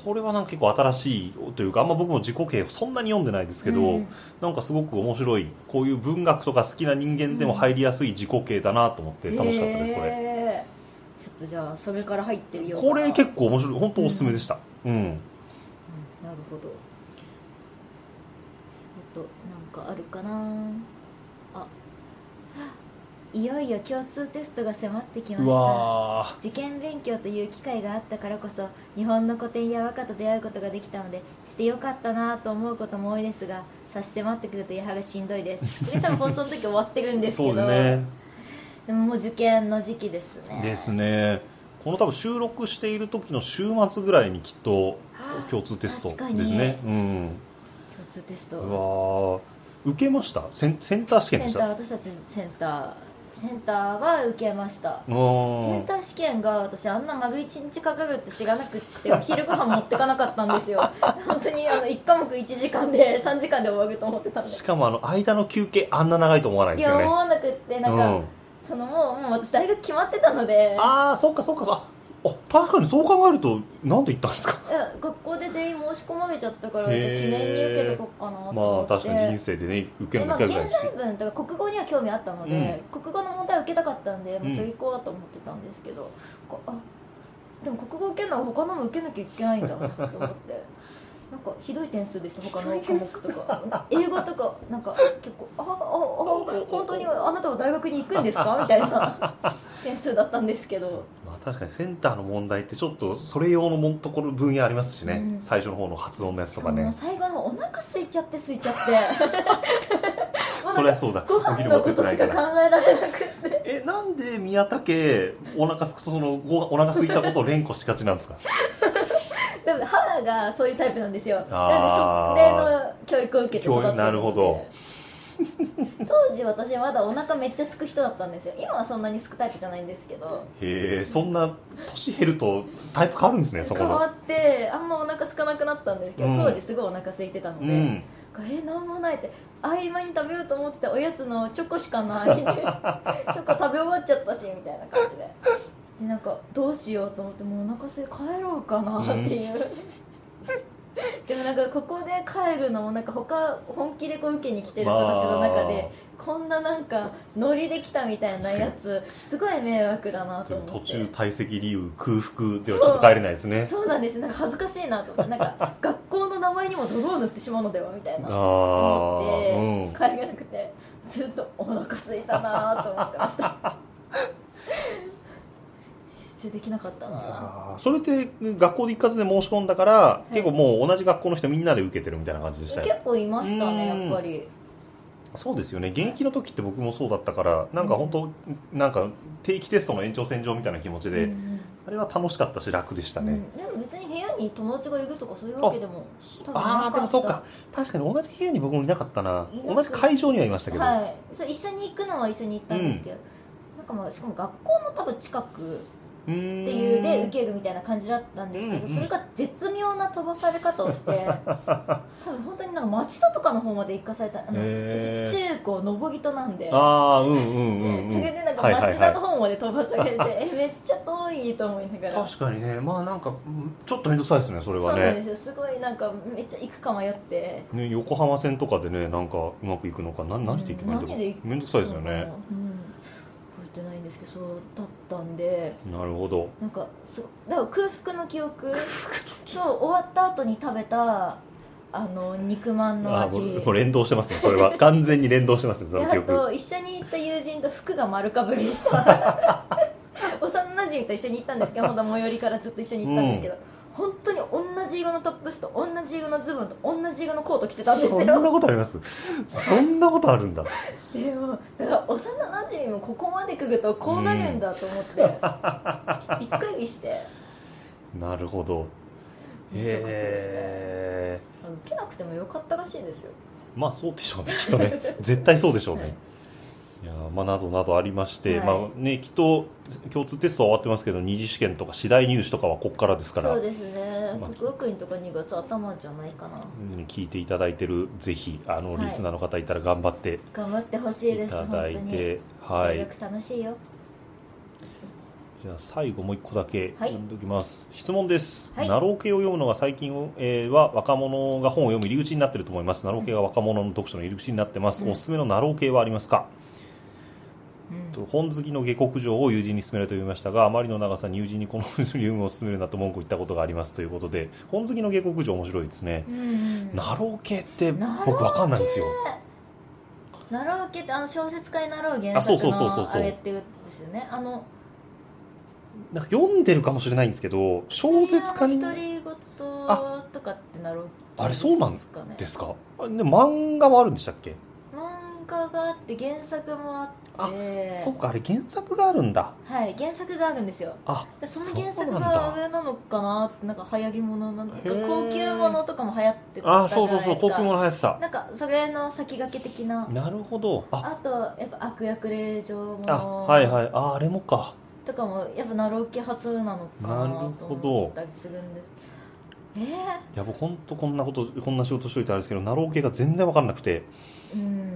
[SPEAKER 2] これはなんか結構新しいというかあんま僕も自己啓発そんなに読んでないですけど、
[SPEAKER 1] うん
[SPEAKER 2] なんかすごく面白いこういう文学とか好きな人間でも入りやすい自己啓だなと思って楽しかったです、これ
[SPEAKER 1] へーちょっとじゃあそれから入ってるような
[SPEAKER 2] これ結構面白い本当おすすめでしたうん、
[SPEAKER 1] うんなるほどちょっとなんかあるかなあいよいよ共通テストが迫ってきま
[SPEAKER 2] う
[SPEAKER 1] した
[SPEAKER 2] わー
[SPEAKER 1] 受験勉強という機会があったからこそ日本の古典や和歌と出会うことができたのでしてよかったなと思うことも多いですが差し迫ってくるとやはりしんどいですこ れ多分放送の時終わってるんですけ
[SPEAKER 2] そ
[SPEAKER 1] ど
[SPEAKER 2] うですね
[SPEAKER 1] でももう受験の時期ですね
[SPEAKER 2] ですねこの多分収録している時の週末ぐらいにきっと
[SPEAKER 1] あー
[SPEAKER 2] 共通テス
[SPEAKER 1] 確
[SPEAKER 2] ト
[SPEAKER 1] か
[SPEAKER 2] で
[SPEAKER 1] に
[SPEAKER 2] すねうん
[SPEAKER 1] 共通テス
[SPEAKER 2] う
[SPEAKER 1] ト
[SPEAKER 2] わー受けましたセンセンター試験
[SPEAKER 1] セ
[SPEAKER 2] で
[SPEAKER 1] ン
[SPEAKER 2] し
[SPEAKER 1] ター
[SPEAKER 2] た
[SPEAKER 1] 私たちセンターセンターが受けました
[SPEAKER 2] う
[SPEAKER 1] セン
[SPEAKER 2] ん
[SPEAKER 1] ター試験が私あんな丸一日かかるって知らなくってお昼ご飯持ってかなかったんですよ 本当にあの1科目1時間で3時間 で終わると思ってたんで
[SPEAKER 2] しかもあの間の休憩あんな長いと思わない
[SPEAKER 1] い
[SPEAKER 2] です
[SPEAKER 1] や
[SPEAKER 2] よ
[SPEAKER 1] 思
[SPEAKER 2] ね
[SPEAKER 1] わなくってなんか、
[SPEAKER 2] うん
[SPEAKER 1] そのもうもう私大学決まってたので
[SPEAKER 2] ああそっかそっかああ確かにそう考えるとなんで行ったんです か
[SPEAKER 1] いや学校で全員申し込まれちゃったから記
[SPEAKER 2] へー
[SPEAKER 1] 念に受けとこうかなと
[SPEAKER 2] ま
[SPEAKER 1] 思
[SPEAKER 2] あ
[SPEAKER 1] って、
[SPEAKER 2] 確かに人生でね受け
[SPEAKER 1] で
[SPEAKER 2] る
[SPEAKER 1] まあ
[SPEAKER 2] の一回ぐらい
[SPEAKER 1] 現
[SPEAKER 2] ですし
[SPEAKER 1] 代文とか国語には興味あったので、国語の問題は受けたかったんで、もうそれ行こうと思ってたんですけど、こあでも国語受けるのは他のも受けなきゃいけないんだと思って なんかひどい点数でした他の科目とか英語とかなんか結構あああ本当にあなたは大学に行くんですかみたいな点数だったんですけど
[SPEAKER 2] まあ確かにセンターの問題ってちょっとそれ用のもんところ分野ありますしね、
[SPEAKER 1] うん
[SPEAKER 2] 最初の方の発音のやつとか
[SPEAKER 1] もう
[SPEAKER 2] ね
[SPEAKER 1] 最後のお腹空いちゃって空いちゃってもう
[SPEAKER 2] そ
[SPEAKER 1] なん
[SPEAKER 2] りゃ
[SPEAKER 1] か
[SPEAKER 2] そうだ
[SPEAKER 1] ご飯のことしか考えられなくて
[SPEAKER 2] えなんで宮田家お腹すくとそのごお腹すいたことを連呼しがちなんですか
[SPEAKER 1] でも母がそういうタイプなんですよなの
[SPEAKER 2] あー
[SPEAKER 1] でそれの教育を受けて育ってるので
[SPEAKER 2] 教育なるほど
[SPEAKER 1] 当時私はまだお腹めっちゃすく人だったんですよ今はそんなにすくタイプじゃないんですけど
[SPEAKER 2] へえそんな年減るとタイプ変わるんですねそこ
[SPEAKER 1] 変わ
[SPEAKER 2] の
[SPEAKER 1] ってあんまお腹すかなくなったんですけど、
[SPEAKER 2] うん
[SPEAKER 1] 当時すごいお腹空いてたので、
[SPEAKER 2] うん
[SPEAKER 1] えなんもないって合間に食べようと思ってたおやつのチョコしかない でチョコ食べ終わっちゃったしみたいな感じででなんかどうしようと思ってもうお腹すいて帰ろうかなっていう、でもなんかここで帰るのもなんか他本気でこう受けに来てる子たちの中で、こんななんかノリできたみたいなやつすごい迷惑だなと思って
[SPEAKER 2] 途中退席理由空腹ではちょっと帰れないですね
[SPEAKER 1] そうなんですなんか恥ずかしいなと思ってなんか学校の名前にも泥を塗ってしまうのではみたいな
[SPEAKER 2] あ
[SPEAKER 1] 思
[SPEAKER 2] あ、
[SPEAKER 1] って帰れなくてずっとお腹空すいたなと思ってました集中できなかったな
[SPEAKER 2] あーそれって学校で一括で申し込んだから、
[SPEAKER 1] い
[SPEAKER 2] 結構もう同じ学校の人みんなで受けてるみたいな感じでしたよ
[SPEAKER 1] 結構いましたね
[SPEAKER 2] うん
[SPEAKER 1] やっぱり
[SPEAKER 2] そうですよね現役の時って僕もそうだったからなんか本当なんか定期テストの延長線上みたいな気持ちで、
[SPEAKER 1] うん
[SPEAKER 2] あれは楽しかったし楽でした
[SPEAKER 1] うん
[SPEAKER 2] ね、
[SPEAKER 1] でも別に部屋に友達がいるとかそういうわけでも多分なか
[SPEAKER 2] あ
[SPEAKER 1] っ
[SPEAKER 2] あ
[SPEAKER 1] た
[SPEAKER 2] でもそうか確かに同じ部屋に僕もいなかったない
[SPEAKER 1] なく
[SPEAKER 2] 同じ会場にはいましたけど、
[SPEAKER 1] はいそう一緒に行くのは一緒に行ったんですけど、なんかまあしかも学校も多分近く
[SPEAKER 2] うーん
[SPEAKER 1] っていうで受けるみたいな感じだったんですけど、
[SPEAKER 2] うんうん
[SPEAKER 1] それが絶妙な飛ばされ方をして 多分本当になんか町田とかの方まで行かされたあの
[SPEAKER 2] へ
[SPEAKER 1] う
[SPEAKER 2] ー
[SPEAKER 1] ち中高上りとなんで。
[SPEAKER 2] ああうんうんうん、うん、
[SPEAKER 1] それでなんか
[SPEAKER 2] はいはいはい
[SPEAKER 1] 町田の方まで飛ばされて、えめっちゃ遠いと思いながら
[SPEAKER 2] 確かにねまあなんかうんちょっと面倒くさいですねそれ
[SPEAKER 1] そう
[SPEAKER 2] は
[SPEAKER 1] なんで
[SPEAKER 2] ね
[SPEAKER 1] すよすごいなんかめっちゃ行くか迷って
[SPEAKER 2] ね横浜線とかでねなんかうまくいくのかな何でいけばいいんだ
[SPEAKER 1] 何
[SPEAKER 2] ろ
[SPEAKER 1] で行
[SPEAKER 2] う面倒くさいですよね
[SPEAKER 1] うん覚えてないんですけどそうだったんで
[SPEAKER 2] なるほど
[SPEAKER 1] なんかすごだから空腹の記憶今日終わった後に食べたあの肉まんの
[SPEAKER 2] あ
[SPEAKER 1] 味
[SPEAKER 2] もうもう連動してますねそ れは完全に連動してますねそ
[SPEAKER 1] で
[SPEAKER 2] の
[SPEAKER 1] あ
[SPEAKER 2] 記憶
[SPEAKER 1] と一緒に行った友人と服が丸かぶりした 幼馴染と一緒に行ったんですけど本当最寄りからずっと一緒に行ったんですけど、本当に同じ色のトップスと同じ色のズボンと同じ色のコート着てたんです
[SPEAKER 2] そん
[SPEAKER 1] よ
[SPEAKER 2] なことありますそんなことあるんだ
[SPEAKER 1] でもだから幼馴染もここまで来るとこうなるんだと思 って、びっくりして
[SPEAKER 2] なるほど
[SPEAKER 1] 面白かったですね
[SPEAKER 2] へー
[SPEAKER 1] あの受けなくてもよかったらしいですよ
[SPEAKER 2] まあそうでしょうねきっとね絶対そうでしょうね、
[SPEAKER 1] はい
[SPEAKER 2] いやーまあ、などなどありまして、
[SPEAKER 1] はい
[SPEAKER 2] まあね、きっと共通テストは終わってますけど二次試験とか次第入試とかはここからですから
[SPEAKER 1] そうですね
[SPEAKER 2] まあ
[SPEAKER 1] 国学院とか2月頭じゃないかな
[SPEAKER 2] うん聞いていただいてるぜひあの
[SPEAKER 1] はい
[SPEAKER 2] リスナーの方いたら頑張って
[SPEAKER 1] 頑張ってほし
[SPEAKER 2] い
[SPEAKER 1] いです
[SPEAKER 2] た
[SPEAKER 1] 本
[SPEAKER 2] だい
[SPEAKER 1] 当に
[SPEAKER 2] て、はい
[SPEAKER 1] 大学楽しいよ
[SPEAKER 2] じゃあ最後もう一個だけ
[SPEAKER 1] はい
[SPEAKER 2] 読んでおきます、質問です、
[SPEAKER 1] はい
[SPEAKER 2] ナロー系を読むのが最近、えーは若者が本を読む入り口になっていると思いますナロー系が若者の読書の入り口になってます、
[SPEAKER 1] うん
[SPEAKER 2] おすすめのナロー系はありますか、
[SPEAKER 1] うん
[SPEAKER 2] と本好きの下克上を友人に勧められて読みましたがあまりの長さに友人にこの本を読むを勧めるなと文句を言ったことがありますということで本好きの下克上面白いですね、
[SPEAKER 1] うんうん
[SPEAKER 2] ナロー系って
[SPEAKER 1] ナロー
[SPEAKER 2] 僕
[SPEAKER 1] 系
[SPEAKER 2] わかんないんですよ
[SPEAKER 1] ナロー系ってあの小説家になろう原
[SPEAKER 2] あそう
[SPEAKER 1] 作
[SPEAKER 2] そうそ
[SPEAKER 1] の
[SPEAKER 2] うそうそう
[SPEAKER 1] あれって言うんですよねあの
[SPEAKER 2] なんか読んでるかもしれないんですけど小説家に
[SPEAKER 1] それは独り言とかってなろう
[SPEAKER 2] あれそうなん
[SPEAKER 1] ですかね
[SPEAKER 2] ですかあれね漫画はあるんでしたっけ、
[SPEAKER 1] 漫画があって原作もあって
[SPEAKER 2] そうかあれ原作があるんだ
[SPEAKER 1] はい原作があるんですよ
[SPEAKER 2] あ
[SPEAKER 1] でその原
[SPEAKER 2] そう
[SPEAKER 1] 作
[SPEAKER 2] なん
[SPEAKER 1] が
[SPEAKER 2] だ
[SPEAKER 1] 上なのかなってなんか流行りものなのか
[SPEAKER 2] へー
[SPEAKER 1] 高級ものとかも流行ってたじゃない
[SPEAKER 2] あ
[SPEAKER 1] ですか
[SPEAKER 2] そうそうそう高級もの流行ってた
[SPEAKER 1] なんかそれの先駆け的な
[SPEAKER 2] なるほどあ
[SPEAKER 1] あとやっぱ悪役令状も
[SPEAKER 2] あ
[SPEAKER 1] の
[SPEAKER 2] はいはいああれもか
[SPEAKER 1] とかもやっぱナロー系初なのかなと思ったりするんですえ
[SPEAKER 2] いや僕本当こんなことこんな仕事しといてあれですけどナロー系が全然わかんなくて
[SPEAKER 1] ー、うん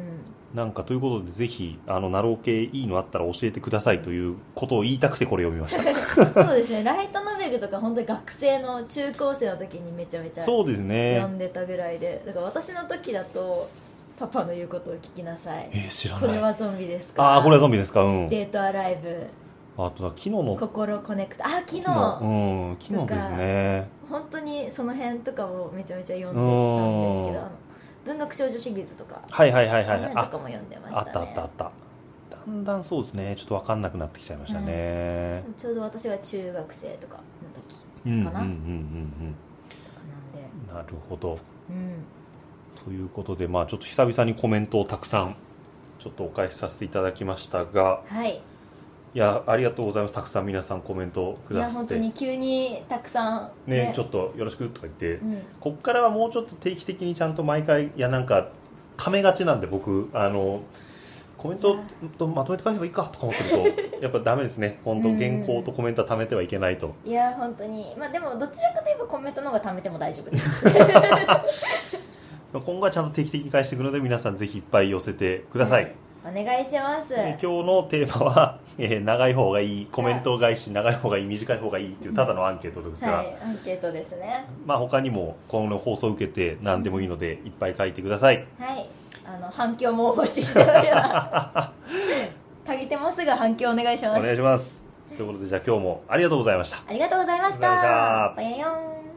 [SPEAKER 2] なんかということでぜひあのナロー系いいのあったら教えてくださいということを言いたくてこれ読みまし た
[SPEAKER 1] そうです ねライトノベルとか本当に学生の中高生の時にめちゃめちゃ
[SPEAKER 2] そうですね
[SPEAKER 1] 読んでたぐらいでだから私の時だとパパの言うことを聞きなさい
[SPEAKER 2] えー知ら
[SPEAKER 1] これ
[SPEAKER 2] ない
[SPEAKER 1] はゾンビですか
[SPEAKER 2] ああこれはゾンビですかうん
[SPEAKER 1] デートアライブ
[SPEAKER 2] あとだ昨日の
[SPEAKER 1] 心コネクトあ昨日
[SPEAKER 2] うん昨日ですね
[SPEAKER 1] 本当にその辺とかをめちゃめちゃ読んでたんですけ
[SPEAKER 2] うん
[SPEAKER 1] どあの文学少女シリーズとか、
[SPEAKER 2] はいはいはいはい
[SPEAKER 1] あんな
[SPEAKER 2] あ
[SPEAKER 1] んとかも読んでまし
[SPEAKER 2] あ
[SPEAKER 1] た
[SPEAKER 2] っ
[SPEAKER 1] ね
[SPEAKER 2] たあったあっただんだんそうですねちょっと分かんなくなってきちゃいましたね、
[SPEAKER 1] ちょうど私が中学生とかの時
[SPEAKER 2] うん、うんうん
[SPEAKER 1] かな
[SPEAKER 2] うんうん
[SPEAKER 1] とかなんで
[SPEAKER 2] うんなるほど
[SPEAKER 1] うん
[SPEAKER 2] ということでまあちょっと久々にコメントをたくさんちょっとお返しさせていただきましたが
[SPEAKER 1] はい
[SPEAKER 2] いやありがとうございますたくさん皆さんコメントをく
[SPEAKER 1] い
[SPEAKER 2] だ
[SPEAKER 1] や
[SPEAKER 2] さっ
[SPEAKER 1] 本当
[SPEAKER 2] て
[SPEAKER 1] に急にたくさん
[SPEAKER 2] ねちょ
[SPEAKER 1] っ
[SPEAKER 2] っとよろしくとか言って、
[SPEAKER 1] とうん、
[SPEAKER 2] こっからはもうちょっと定期的にちゃんと毎回いやなんかためがちなんで僕あのコメントとまとめて返せばいいかとか思って るとやっぱダメですね本当
[SPEAKER 1] うん
[SPEAKER 2] 原稿とコメントは貯めてはいけないと
[SPEAKER 1] いや本当にまあでもどちらかといえばコメントの方が貯めても大丈夫です
[SPEAKER 2] 今後はちゃんと定期的に返してくるので皆さんぜひいっぱい寄せてください、
[SPEAKER 1] お願いします
[SPEAKER 2] えー今日のテーマは、 えー長い方がいいコメント返し長い方がいい短い方がいいっていうただのアンケートですが、
[SPEAKER 1] はいアンケートですね
[SPEAKER 2] まあ他にもこの放送を受けて何でもいいのでいっぱい書いてください
[SPEAKER 1] はいあの反響もお待ちしております 足りてますが反響お願いし
[SPEAKER 2] お
[SPEAKER 1] ます
[SPEAKER 2] 願いしますということでじゃあ今日もありがとうございました
[SPEAKER 1] ありがとうございまし
[SPEAKER 2] ありがとうございました
[SPEAKER 1] たぽやよん